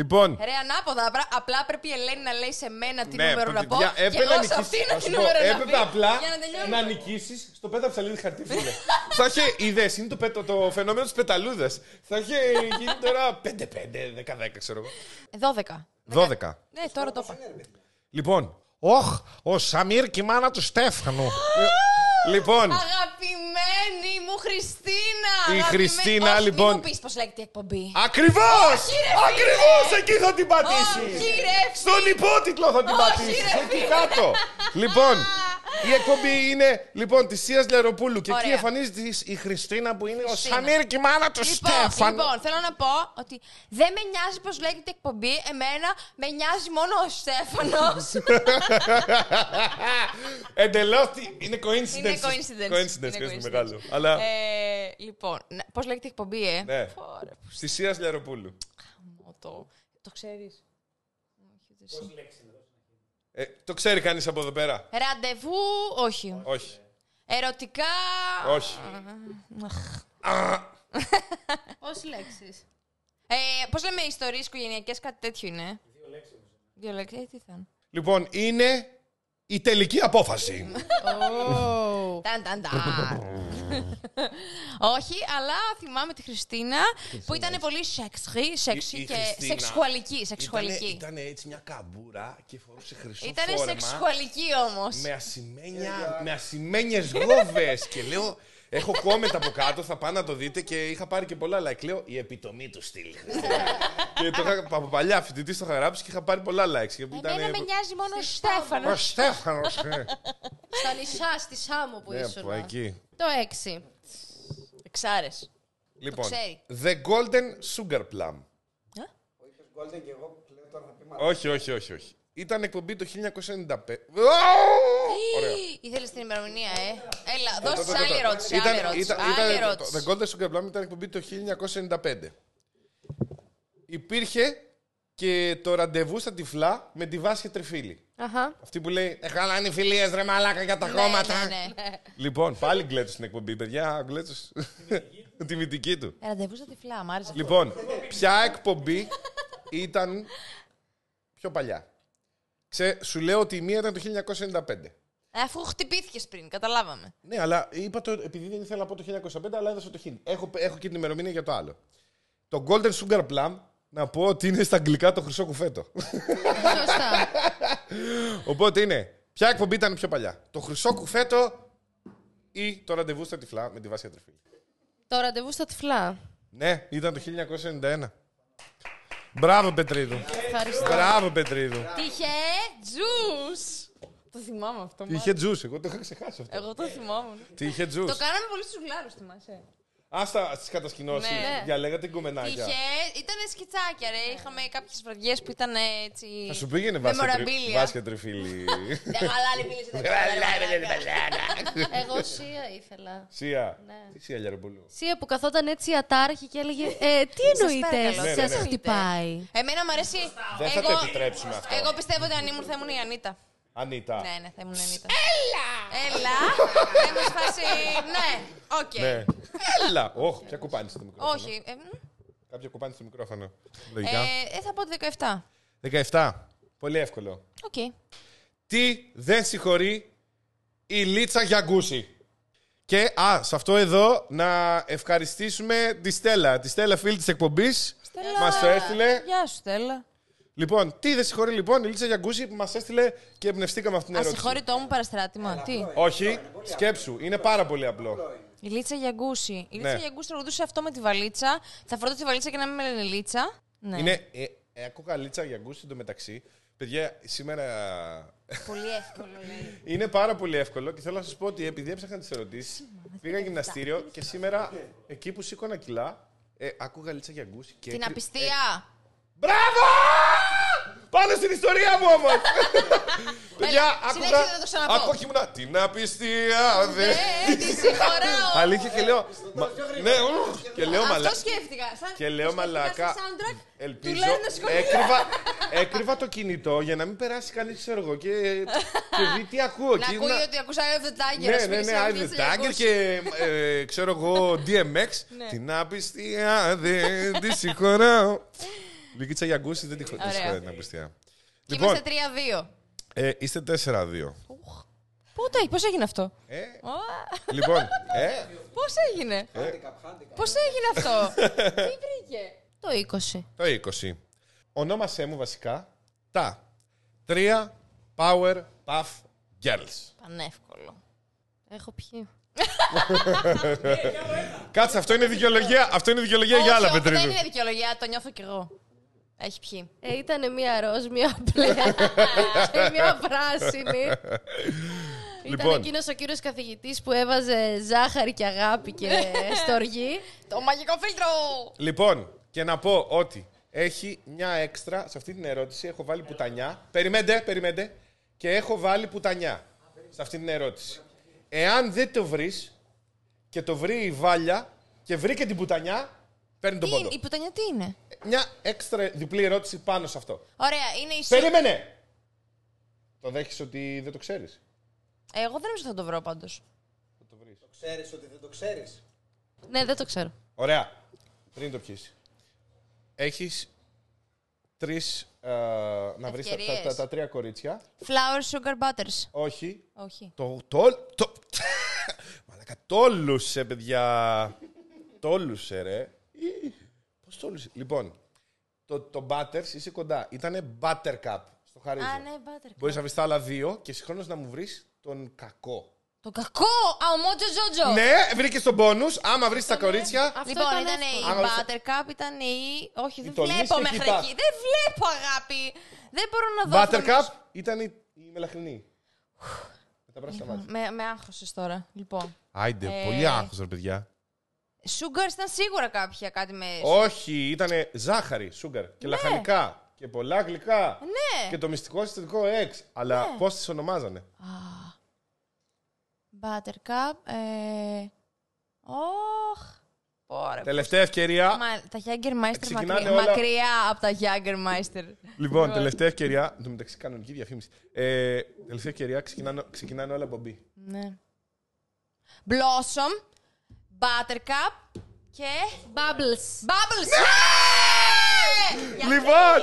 Speaker 1: Λοιπόν,
Speaker 2: Ρε, ανάποδα. απρά- Απλά πρέπει η Ελένη να λέει σε μένα Ε, τι
Speaker 1: ναι,
Speaker 2: νούμερο να πω.
Speaker 1: παιδιά,
Speaker 2: και
Speaker 1: έπρεπε
Speaker 2: εγώ
Speaker 1: να
Speaker 2: σε αυτή
Speaker 1: νικήσεις.
Speaker 2: να
Speaker 1: Θα σου
Speaker 2: την
Speaker 1: πω,
Speaker 2: νούμερο να
Speaker 1: Έπρεπε
Speaker 2: πει,
Speaker 1: απλά
Speaker 2: Για να τελειώνουμε.
Speaker 1: να νικήσεις το πέτα ψαλίδι χαρτί, φίλε. Θα είχε ιδέες, είναι το, πέτο- το φαινόμενο της πεταλούδας. Θα είχε γίνει τώρα 5-5, 10-10, ξέρω εγώ.
Speaker 2: 12.
Speaker 1: 12.
Speaker 2: Ναι, τώρα το είπα.
Speaker 1: Λοιπόν. Όχ, ο Σαμίρ και η μάνα του Στέφανου. Ε, λοιπόν,
Speaker 2: Αγαπημένη μου Χριστίνα! αγαπημένη-
Speaker 1: Χριστίνα,
Speaker 2: Όχι,
Speaker 1: λοιπόν.
Speaker 2: Μην μου πεις πώς λέγεται η εκπομπή.
Speaker 1: ακριβώς!
Speaker 2: Όχι, ρε, φίλε!
Speaker 1: Ακριβώς εκεί θα την πατήσεις!
Speaker 2: Όχι, ρε,
Speaker 1: Στον υπότιτλο θα την
Speaker 2: Όχι,
Speaker 1: πατήσεις!
Speaker 2: ρε,
Speaker 1: Εκεί κάτω! Λοιπόν, Η εκπομπή είναι λοιπόν της Ία Λεροπούλου και εκεί
Speaker 2: Ωραία.
Speaker 1: εμφανίζεται η- η Χριστίνα που είναι ο
Speaker 2: Χριστίνα.
Speaker 1: Σανίρ και η μάνα του
Speaker 2: Λοιπόν,
Speaker 1: Στέφαν.
Speaker 2: λοιπόν, θέλω να πω ότι δεν με νοιάζει πώς λέγεται η εκπομπή. Εμένα με νοιάζει μόνο ο Στέφανος.
Speaker 1: Εντελώς είναι coincidence.
Speaker 2: είναι coincidence.
Speaker 1: Coincidence,
Speaker 2: Είναι
Speaker 1: ποιος είναι
Speaker 2: coincidence.
Speaker 1: μεγάλο. Αλλά
Speaker 2: Ε, λοιπόν, πώς λέγεται η εκπομπή, ε.
Speaker 1: Ναι.
Speaker 2: Ωρε, που
Speaker 1: τη Ία Λεροπούλου.
Speaker 2: σ***μω το. Το ξέρει.
Speaker 1: Ε, το ξέρει κανείς από εδώ πέρα.
Speaker 2: Ραντεβού, όχι.
Speaker 1: Όχι.
Speaker 2: Ερωτικά. Ε,
Speaker 1: Όχι.
Speaker 3: Όσοι λέξεις.
Speaker 2: Ε, πώς λέμε, ιστορίες οικογενειακές, κάτι τέτοιο είναι. Δύο λέξεις. Δύο λέξεις, ε, τι ήταν.
Speaker 1: Λοιπόν, είναι η τελική
Speaker 2: Ε,
Speaker 1: απόφαση.
Speaker 2: Ταν, ταν, ταν. Όχι, αλλά θυμάμαι τη Χριστίνα που ήταν πολύ σεξι,
Speaker 1: Η- η
Speaker 2: σεξι και
Speaker 1: Χριστίνα
Speaker 2: σεξουαλική. σεξουαλική.
Speaker 1: Ήταν έτσι μια καμπούρα και φορούσε χρυσό
Speaker 2: Ήταν
Speaker 1: φόρεμα.
Speaker 2: σεξουαλική όμως.
Speaker 1: με ασημένια, με ασημένιες γόβες και λέω... Έχω κόμματα από κάτω, θα πάω να το δείτε και είχα πάρει και πολλά like. Λέω η επιτομή του στυλ. και το είχα από παλιά φοιτητή στο είχα γράψει και είχα πάρει πολλά likes. Και
Speaker 2: Εμένα με νοιάζει μόνο ο Στέφανος.
Speaker 1: Ο Στέφανος.
Speaker 3: Στα νησιά, στη Σάμο που
Speaker 1: Ναι,
Speaker 2: ε?
Speaker 1: από
Speaker 3: ήσουν.
Speaker 1: εκεί.
Speaker 3: Το 6.
Speaker 2: Εξάρες.
Speaker 1: Λοιπόν,
Speaker 2: ξέρει.
Speaker 1: The Golden Sugar Plum.
Speaker 4: Ο είπες Golden και εγώ πλέον τώρα θα πει μαλάκα.
Speaker 1: όχι, όχι, όχι, όχι. Ήταν εκπομπή το 1995. Ωραία.
Speaker 2: Ήθελες την ημερομηνία, ε. Έλα, δώσε
Speaker 1: Τότε,
Speaker 2: άλλη
Speaker 1: τότε.
Speaker 2: ερώτηση.
Speaker 1: Ήταν-
Speaker 2: Άλλη ερώτηση.
Speaker 1: ήταν-
Speaker 2: Άλλη
Speaker 1: ήταν-
Speaker 2: ερώτηση.
Speaker 1: Το The Golden Sugar Plum ήταν εκπομπή το 1995. Υπήρχε και το ραντεβού στα τυφλά με τη Βάσια Τρεφίλη.
Speaker 3: Αχα.
Speaker 1: Αυτή που λέει «Ε, καλά είναι οι φιλίες ρε μαλάκα για τα
Speaker 2: Ναι,
Speaker 1: κόμματα».
Speaker 2: ναι, ναι.
Speaker 1: Λοιπόν, πάλι γκλέτσο στην εκπομπή, παιδιά. Γκλέτσο. Τη μυτική του.
Speaker 2: Ραντεβού στα τυφλά, μ' άρεσε.
Speaker 1: Λοιπόν, ποια εκπομπή ήταν πιο παλιά. Ξέ, σου λέω ότι η μία ήταν το 1995.
Speaker 2: Ε, Αφού χτυπήθηκες πριν, καταλάβαμε.
Speaker 1: Ναι, αλλά είπα το, επειδή δεν ήθελα να πω το 1925, αλλά έδωσα το χιν. Έχω, έχω και την ημερομηνία για το άλλο. Το Golden Sugar Plum, να πω ότι είναι στα αγγλικά το χρυσό κουφέτο.
Speaker 3: Σωστά.
Speaker 1: Οπότε είναι, ποια εκπομπή ήταν πιο παλιά. Το χρυσό κουφέτο ή το ραντεβού στα τυφλά με τη Βάσια Τρεφίλη.
Speaker 3: Το ραντεβού στα τυφλά.
Speaker 1: Ναι, ήταν το 1991. Μπράβο, Πετρίδου. Μπράβο, Πετρίδου.
Speaker 2: Τύχε τζους! Το θυμάμαι αυτό.
Speaker 1: Τι είχε τζους, εγώ το είχα ξεχάσει αυτό.
Speaker 2: Εγώ το θυμάμαι.
Speaker 1: Τι είχε τζους.
Speaker 2: Το κάναμε πολύ στους γλάρους, θυμάσαι.
Speaker 1: Άστα στις κατασκηνώσεις,
Speaker 2: Ναι.
Speaker 1: διαλέγατε κομμενάκια.
Speaker 2: Τύχε, ήταν σκιτσάκια, ρε. Είχαμε κάποιες βραδιές που ήταν έτσι...
Speaker 1: Θα σου πήγαινε Βάσια Τρε-
Speaker 2: Memorabilia. Ναι,
Speaker 1: Βάσια Τρεφίλη.
Speaker 2: Δεν γαλάρι μίλησε, δεν γαλάρι,
Speaker 3: Εγώ Σία ήθελα.
Speaker 1: Σία.
Speaker 3: Ναι.
Speaker 1: Τι Σία Λιαροπούλου.
Speaker 3: Σία που καθόταν έτσι ατάρχη και έλεγε ε, Τι εννοείται,
Speaker 2: παρακαλώ,
Speaker 1: τι
Speaker 3: σας
Speaker 1: εννοείται».
Speaker 3: χτυπάει.
Speaker 2: Εμένα μου αρέσει...
Speaker 1: Δεν θα
Speaker 2: Εγώ-
Speaker 1: το επιτρέψουμε αυτό.
Speaker 2: Εγώ πιστεύω ότι αν ήμουν θα ήμουν η Ανίτα.
Speaker 1: Ανίτα.
Speaker 2: Ναι, ναι, θα ήμουν η Ανίτα. Έλα! Έλα! Θα ήμουν σπάσει... Ναι,
Speaker 1: Ναι.
Speaker 2: οκ.
Speaker 1: Έλα. Όχι, ποια κουπάνη στο μικρόφωνο.
Speaker 2: Όχι. ε, μ.
Speaker 1: Κάποια κουπάνη στο μικρόφωνο.
Speaker 2: Ε, ε, θα πω ότι 17.
Speaker 1: 17. Πολύ εύκολο.
Speaker 2: Οκ.
Speaker 1: Τι δεν συγχωρεί η Λίτσα για γκούση. Και α, σε αυτό εδώ να ευχαριστήσουμε τη Στέλλα. Τη Στέλλα φίλη της εκπομπής.
Speaker 2: Στέλλα.
Speaker 1: Μας το έστειλε.
Speaker 2: Γεια σου, Στέλλα.
Speaker 1: Λοιπόν, τι δεν συγχωρεί λοιπόν η Λίτσα Γιαγκούση που μας έστειλε και εμπνευστήκαμε αυτήν την ερώτηση.
Speaker 2: Ασυγχώρητό μου παραστράτημα. Τι.
Speaker 1: Όχι, σκέψου, είναι πάρα πολύ απλό.
Speaker 2: Η Λίτσα Γιαγκούση. Η Λίτσα
Speaker 1: Ναι.
Speaker 2: Γιαγκούση τραγουδούσε αυτό με τη βαλίτσα. Θα φορτώ τη βαλίτσα και να μην με λένε Λίτσα. Ναι.
Speaker 1: Είναι. ε, ε, Ακούγα Λίτσα Γιαγκούση εντωμεταξύ. Παιδιά, σήμερα
Speaker 2: πολύ εύκολο. λέει.
Speaker 1: Είναι πάρα πολύ εύκολο και θέλω να σας πω ότι επειδή έψαχνα τις ερωτήσεις, πήγα γυμναστήριο και σήμερα εκεί που σήκωνα κιλά, ε, άκουγα λίτσα για γκούση και.
Speaker 2: Την
Speaker 1: έκρι-
Speaker 2: απιστία.
Speaker 1: Μπράβο! Πάνω στην ιστορία μου όμως! Παιδιά,
Speaker 2: συνέχισε
Speaker 1: άκουγα.
Speaker 2: να το ξαναπώ.
Speaker 1: άκουγα και ήμουνα. Την απιστία
Speaker 2: Ε,
Speaker 1: δε.
Speaker 2: τη συγχωράω.
Speaker 1: Αλήθεια και λέω. μα- Ναι, ου, και λέω μαλά.
Speaker 2: Αυτό σκέφτηκα. Σαν...
Speaker 1: Και λέω
Speaker 2: το σκέφτηκα
Speaker 1: μαλάκα.
Speaker 2: στο soundtrack,
Speaker 1: Ελπίζω.
Speaker 2: λένε να σηκωθεί.
Speaker 1: Έκρυβα, έκρυβα το κινητό για να μην περάσει κανείς, ξέρω εγώ. Και, και δει τι ακούω.
Speaker 2: Να
Speaker 1: Και
Speaker 2: ακούει
Speaker 1: ήμουνα-
Speaker 2: ότι ακούσα Eye of the Tiger. ας
Speaker 1: ναι,
Speaker 2: πούμε,
Speaker 1: ναι, ναι,
Speaker 2: σε
Speaker 1: Ivy
Speaker 2: Λίτσα
Speaker 1: Tiger
Speaker 2: Γιαγκούση.
Speaker 1: και ε, ξέρω εγώ DMX.
Speaker 2: Ναι.
Speaker 1: Την απιστία δεν τη συγχωράω. Λίγητσα για γκούση δεν τη χω- δεν
Speaker 2: Ωραία.
Speaker 1: συγχωράει την απιστία.
Speaker 2: Και
Speaker 1: Λοιπόν,
Speaker 2: Είμαστε 3-2.
Speaker 1: ε, είστε 4-2.
Speaker 2: Πού τα- Πώς έγινε αυτό.
Speaker 1: Ε,
Speaker 2: Ω,
Speaker 1: λοιπόν, ε,
Speaker 2: Πώς έγινε.
Speaker 4: Handicap, handicap.
Speaker 2: Πώς έγινε αυτό. Τι βρήκε.
Speaker 3: Το 20.
Speaker 1: το 20. Ονόμασέ μου βασικά τα τρία Power Puff Girls.
Speaker 2: Πανεύκολο.
Speaker 3: Έχω πιει.
Speaker 1: Κάτσε, αυτό είναι δικαιολογία, αυτό είναι δικαιολογία Ε, για άλλα,
Speaker 2: Όχι, όχι, Δεν
Speaker 1: Πετρίδου.
Speaker 2: είναι δικαιολογία, το νιώθω κι εγώ. Έχει πιει.
Speaker 3: Ε, ήταν μία ροζ, μία μπλε και μία πράσινη. Ήταν
Speaker 1: Λοιπόν,
Speaker 3: εκείνος ο κύριος καθηγητής που έβαζε ζάχαρη και αγάπη και στοργή.
Speaker 2: Το μαγικό φίλτρο!
Speaker 1: Λοιπόν, και να πω ότι έχει μια έξτρα σε αυτή την ερώτηση. Έχω βάλει πουτανιά. Περιμένετε, περιμένετε. Και έχω βάλει πουτανιά σε αυτή την ερώτηση. Εάν δεν το βρεις και το βρει η βάλια και βρει και την πουτανιά, παίρνει τον
Speaker 2: Τι είναι,
Speaker 1: πόντο.
Speaker 2: η πουτανιά τι είναι.
Speaker 1: Μια έξτρα διπλή ερώτηση πάνω σε αυτό.
Speaker 2: Ωραία, είναι η σου-
Speaker 1: Περίμενε! Το δέχεις ότι δεν το ξέρεις.
Speaker 2: Ε, Εγώ δεν νομίζω ότι θα το βρω πάντως.
Speaker 1: Θα το βρεις.
Speaker 4: Ξέρεις ότι δεν το ξέρεις.
Speaker 3: ναι, δεν το ξέρω.
Speaker 1: Ωραία. Πριν το πιείς. Έχεις τρεις... ε, να βρεις τα, τα,
Speaker 2: Ευκαιρίες.
Speaker 1: τα- τα τρία κορίτσια.
Speaker 2: Flower sugar butters.
Speaker 1: Όχι.
Speaker 2: Όχι.
Speaker 1: Το... Το... το... Μαλάκα, τόλουσε, παιδιά. τόλουσε, ρε. Πώς τόλουσε. Λοιπόν, το, το Butters είσαι κοντά. Ήτανε Buttercup στο χαρίζω.
Speaker 2: Α, ναι, butter.
Speaker 1: Μπορείς να βρεις τα άλλα δύο και συγχρόνως να μου βρεις τον κακό.
Speaker 2: Το κακό! Α, ο Μότζο Τζότζο!
Speaker 1: Ναι, βρήκες τον πόνου. Άμα βρεις
Speaker 2: Ναι.
Speaker 1: τα κορίτσια.
Speaker 3: Αυτό
Speaker 2: Λοιπόν, ήταν η
Speaker 3: εύκολο.
Speaker 1: εύκολο.
Speaker 2: Buttercup, ήταν η. Όχι, δεν
Speaker 1: τολμής
Speaker 2: βλέπω
Speaker 1: και
Speaker 2: μέχρι
Speaker 1: κοιτάς.
Speaker 2: εκεί. Δεν βλέπω, αγάπη. Δεν μπορώ να δω. αυτό
Speaker 1: Buttercup ήταν η, η μελαχρινή. Με τα πράσινα
Speaker 2: το μυαλό.
Speaker 1: μάτια.
Speaker 2: Με, με άγχωσε τώρα. Λοιπόν.
Speaker 1: Άιντε,
Speaker 2: Ε.
Speaker 1: πολύ άγχος ρε παιδιά.
Speaker 2: Σούγκαρ ήταν σίγουρα κάποια κάτι με.
Speaker 1: Όχι, ήταν ζάχαρη, σούγκαρ και λαχανικά και πολλά γλυκά.
Speaker 2: Ναι.
Speaker 1: Και το μυστικό συστατικό εξ. Αλλά πώς τις ονομάζανε.
Speaker 2: Buttercup. Ε... Οχ. Ωραία.
Speaker 1: Τελευταία ευκαιρία.
Speaker 2: Μα, τα Jägermeister
Speaker 1: Ξεκινάνε
Speaker 2: μακρι...
Speaker 1: όλα-
Speaker 2: μακριά από τα Jägermeister.
Speaker 1: Λοιπόν, τελευταία ευκαιρία. Εν τω μεταξύ, κανονική διαφήμιση. Ε, τελευταία ευκαιρία, ξεκινάνε, ξεκινάνε όλα μπομπή.
Speaker 2: ναι. Blossom, Buttercup και...
Speaker 3: Bubbles.
Speaker 2: Bubbles! Ναι! Για-
Speaker 1: Λοιπόν!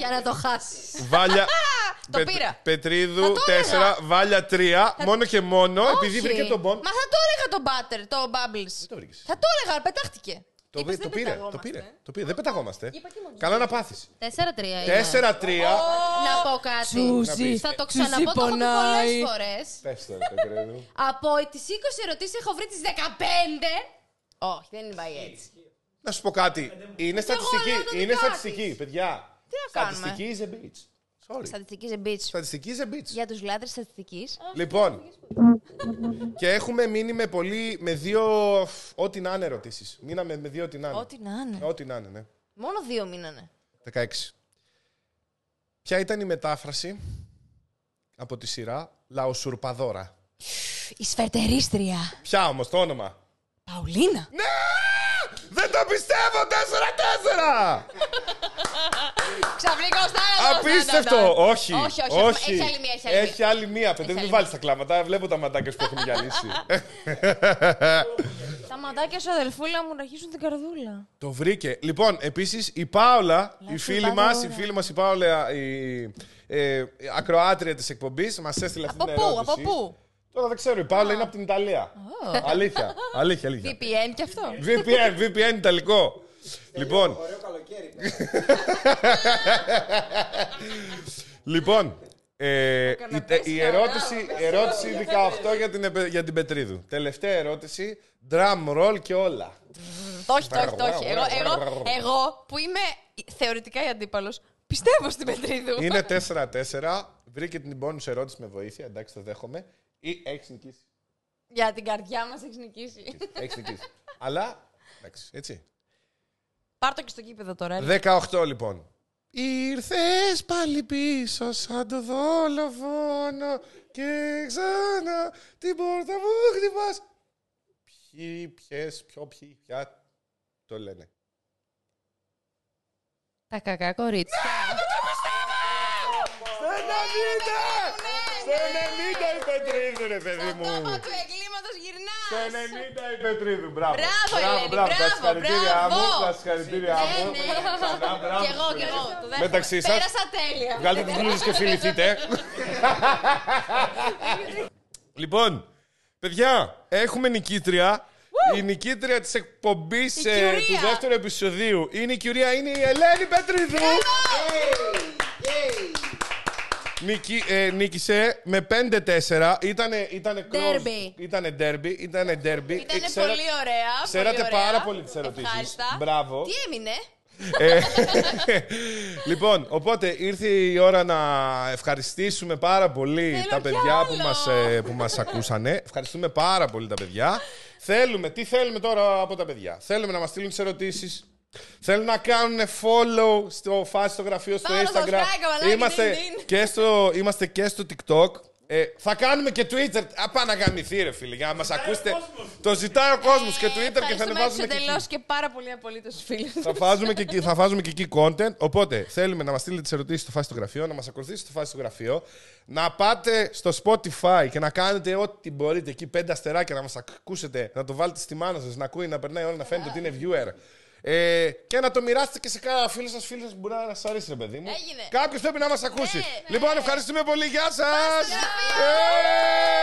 Speaker 3: Για να το χάσεις.
Speaker 1: Βάλια.
Speaker 2: Το πήρα.
Speaker 1: Πετρίδου
Speaker 2: Θα το
Speaker 1: 4, βάλια 3. Μόνο και μόνο επειδή
Speaker 2: Όχι.
Speaker 1: βρήκε τον πόν.
Speaker 2: Μα θα το έλεγα το Butter, το Bubbles.
Speaker 1: το βρήκες.
Speaker 2: Θα το έλεγα, πετάχτηκε.
Speaker 1: Το,
Speaker 2: Ε, Είπες
Speaker 1: πή- το
Speaker 2: δεν
Speaker 1: πήρε, το
Speaker 2: πεταγόμαστε.
Speaker 1: πήρε. Το πήρε. Δεν πεταγόμαστε.
Speaker 3: και μόνο.
Speaker 1: Καλά να πάθεις.
Speaker 2: Ε, ναι.
Speaker 3: 4-3. είναι.
Speaker 1: 4-3.
Speaker 3: Να πω κάτι.
Speaker 1: Τσούζι.
Speaker 3: Θα το ξαναπώ, το έχω πει
Speaker 2: πονάει.
Speaker 3: πολλέ φορέ.
Speaker 1: Πέφτει το κρέδου.
Speaker 3: Από τις 20 ερωτήσεις έχω βρει τις 15.
Speaker 2: Όχι, δεν πάει έτσι.
Speaker 1: Να σου πω κάτι. Είναι
Speaker 3: λέω τα
Speaker 1: στατιστική.
Speaker 3: δικά
Speaker 1: Είναι
Speaker 3: της.
Speaker 1: στατιστική, παιδιά.
Speaker 2: Τι να κάνουμε. ε?
Speaker 1: Στατιστική is a bitch. Sorry.
Speaker 2: Στατιστικής σε beach.
Speaker 1: Στατιστική is a bitch.
Speaker 2: ε, Για τους λάτρες στατιστικής.
Speaker 1: Λοιπόν. Και έχουμε μείνει με πολύ. με δύο. ό,τι να είναι ερωτήσεις. Μείναμε με δύο ό,τι να είναι.
Speaker 2: Ό,τι να είναι.
Speaker 1: Ό,τι να είναι, ναι.
Speaker 2: Μόνο δύο μείνανε.
Speaker 1: 16. Ποια ήταν η μετάφραση από τη σειρά Λαοσουρπαδόρα.
Speaker 2: Η σφερτερίστρια.
Speaker 1: Ποια όμως το όνομα.
Speaker 2: Παουλίνα.
Speaker 1: Δεν το πιστεύω! 4-4!
Speaker 2: Ξαφνικός θάνατος. Ναι, ναι,
Speaker 1: Απίστευτο!
Speaker 2: ναι.
Speaker 1: Όχι,
Speaker 2: Όχι, όχι.
Speaker 1: όχι.
Speaker 2: Έχει άλλη μία, έχει άλλη
Speaker 1: Έχει άλλη μία. Παιδί, μην
Speaker 2: άλλη
Speaker 1: βάλεις τα κλάματα. Βλέπω τα ματάκια σου που έχουν γυαλίσει.
Speaker 2: μία. Τα ματάκια σου, αδελφούλα μου, να αρχίσουν την καρδούλα.
Speaker 1: Το βρήκε. Λοιπόν, επίσης η Πάολα, η φίλη μας, η φίλη μας η Πάολα, η ε, η ακροάτρια της εκπομπής, μας έστειλε αυτή
Speaker 2: Από
Speaker 1: την
Speaker 2: πού,
Speaker 1: ερώτηση.
Speaker 2: από πού?
Speaker 1: Τώρα δεν ξέρω, η Πάολα είναι από την Ιταλία. Αλήθεια, αλήθεια, αλήθεια.
Speaker 2: VPN κι αυτό.
Speaker 1: VPN, VPN Ιταλικό. Λοιπόν,
Speaker 4: Ωραίο καλοκαίρι.
Speaker 1: λοιπόν. ε, η, τε- η ερώτηση, η ερώτηση 18 για την, επε- για την Πετρίδου. Τελευταία ερώτηση, drum roll και όλα.
Speaker 2: Το όχι, το όχι, το όχι. Εγώ, εγώ, εγώ που είμαι θεωρητικά η αντίπαλος, πιστεύω στην Πετρίδου.
Speaker 1: Είναι 4-4. Βρήκε την bonus ερώτηση με βοήθεια. Εντάξει, το δέχομαι. Ή έχεις νικήσει.
Speaker 2: Για την καρδιά μας έχεις νικήσει.
Speaker 1: Έχεις νικήσει. Αλλά. Εντάξει, έτσι.
Speaker 2: Πάρ' το και στο κήπεδο τώρα. έλα.
Speaker 1: 18 λοιπόν. Ήρθες πάλι πίσω σαν το δολοφόνο και ξανά την πόρτα μου χτυπάς. Ποιοι, ποιες, ποιο, ποιοι, ποια το λένε.
Speaker 3: Τα κακά κορίτσια.
Speaker 1: Στο 90! Στο 90 η Πετρίδου ρε παιδί
Speaker 2: Ε, Το τόπο
Speaker 1: μου.
Speaker 2: του εγκλήματος
Speaker 1: Το
Speaker 2: γυρνάς.
Speaker 1: 90 η Πετρίδου, μπράβο.
Speaker 2: Μπράβο, Ελένη,
Speaker 1: τα
Speaker 2: μπράβο,
Speaker 1: συγχαρητήριά μου,
Speaker 2: μπράβο.
Speaker 1: τα συγχαρητήριά
Speaker 2: Ναι,
Speaker 1: μου.
Speaker 2: ναι.
Speaker 1: Ξανά, μπράβο.
Speaker 2: Κι εγώ, κι εγώ. το δέχομαι.
Speaker 1: Μεταξύ σας.
Speaker 2: Πέρασα τέλεια.
Speaker 1: Βγάλτε τις μπλούζες και φιληθείτε. λοιπόν, παιδιά, έχουμε νικήτρια. Η νικήτρια της εκπομπής
Speaker 2: Η
Speaker 1: ε,
Speaker 2: Κιουρία.
Speaker 1: του δεύτερου επεισοδίου είναι η Κιουρία, είναι η Ελένη Πετρίδου. Νίκη, ε, νίκησε με 5-4. Ήτανε, ήτανε close.
Speaker 3: Derby.
Speaker 1: Ήτανε ντέρμπι. Ήτανε ντέρμπι.
Speaker 2: Ήταν
Speaker 1: Ήξερα-
Speaker 2: πολύ ωραία.
Speaker 1: Ξέρατε
Speaker 2: πολύ ωραία.
Speaker 1: πάρα πολύ τις ερωτήσεις.
Speaker 2: Ευχάριστα.
Speaker 1: Μπράβο.
Speaker 2: Τι έμεινε.
Speaker 1: Ε, λοιπόν, οπότε ήρθε η ώρα να ευχαριστήσουμε πάρα πολύ
Speaker 2: Θέλω
Speaker 1: τα
Speaker 2: κι
Speaker 1: παιδιά που
Speaker 2: άλλο.
Speaker 1: μας, ε, που μας ακούσανε. Ευχαριστούμε πάρα πολύ τα παιδιά. Θέλουμε, τι θέλουμε τώρα από τα παιδιά. Θέλουμε να μας στείλουν τις ερωτήσεις. Θέλουν να κάνουν follow στο φάση στο γραφείο στο
Speaker 2: Πάνω στο
Speaker 1: Instagram.
Speaker 2: subscribe, καμπανάκι,
Speaker 1: είμαστε,
Speaker 2: ding, ding.
Speaker 1: και στο, είμαστε και στο TikTok. Ε, θα κάνουμε και Twitter. Απά να γαμηθεί, ρε φίλε, για να μας ακούσετε.
Speaker 5: ο κόσμος.
Speaker 1: Το ζητάει ο κόσμος και Twitter και θα ανεβάζουμε και εκεί.
Speaker 2: εντελώς και πάρα πολύ απολύτως φίλε.
Speaker 1: Θα βάζουμε, και, εκεί- θα βάζουμε και εκεί content. Οπότε θέλουμε να μας στείλετε τις ερωτήσεις στο φάση στο γραφείο, να μας ακολουθήσετε στο φάση στο γραφείο, να πάτε στο Spotify και να κάνετε ό,τι μπορείτε εκεί πέντε αστεράκια να μας ακούσετε, να το βάλετε στη μάνα σας, να ακούει, να περνάει η ώρα, να φαίνεται ότι είναι viewer. Ε, και να το μοιράσετε και σε κάνα φίλο σα, φίλο που μπορεί να σας αρέσει, ρε παιδί μου.
Speaker 2: Έγινε.
Speaker 1: Κάποιος πρέπει να μας ακούσει.
Speaker 2: Ναι,
Speaker 1: λοιπόν, ευχαριστούμε πολύ. Γεια σας!
Speaker 2: γραφείο!
Speaker 1: Ε!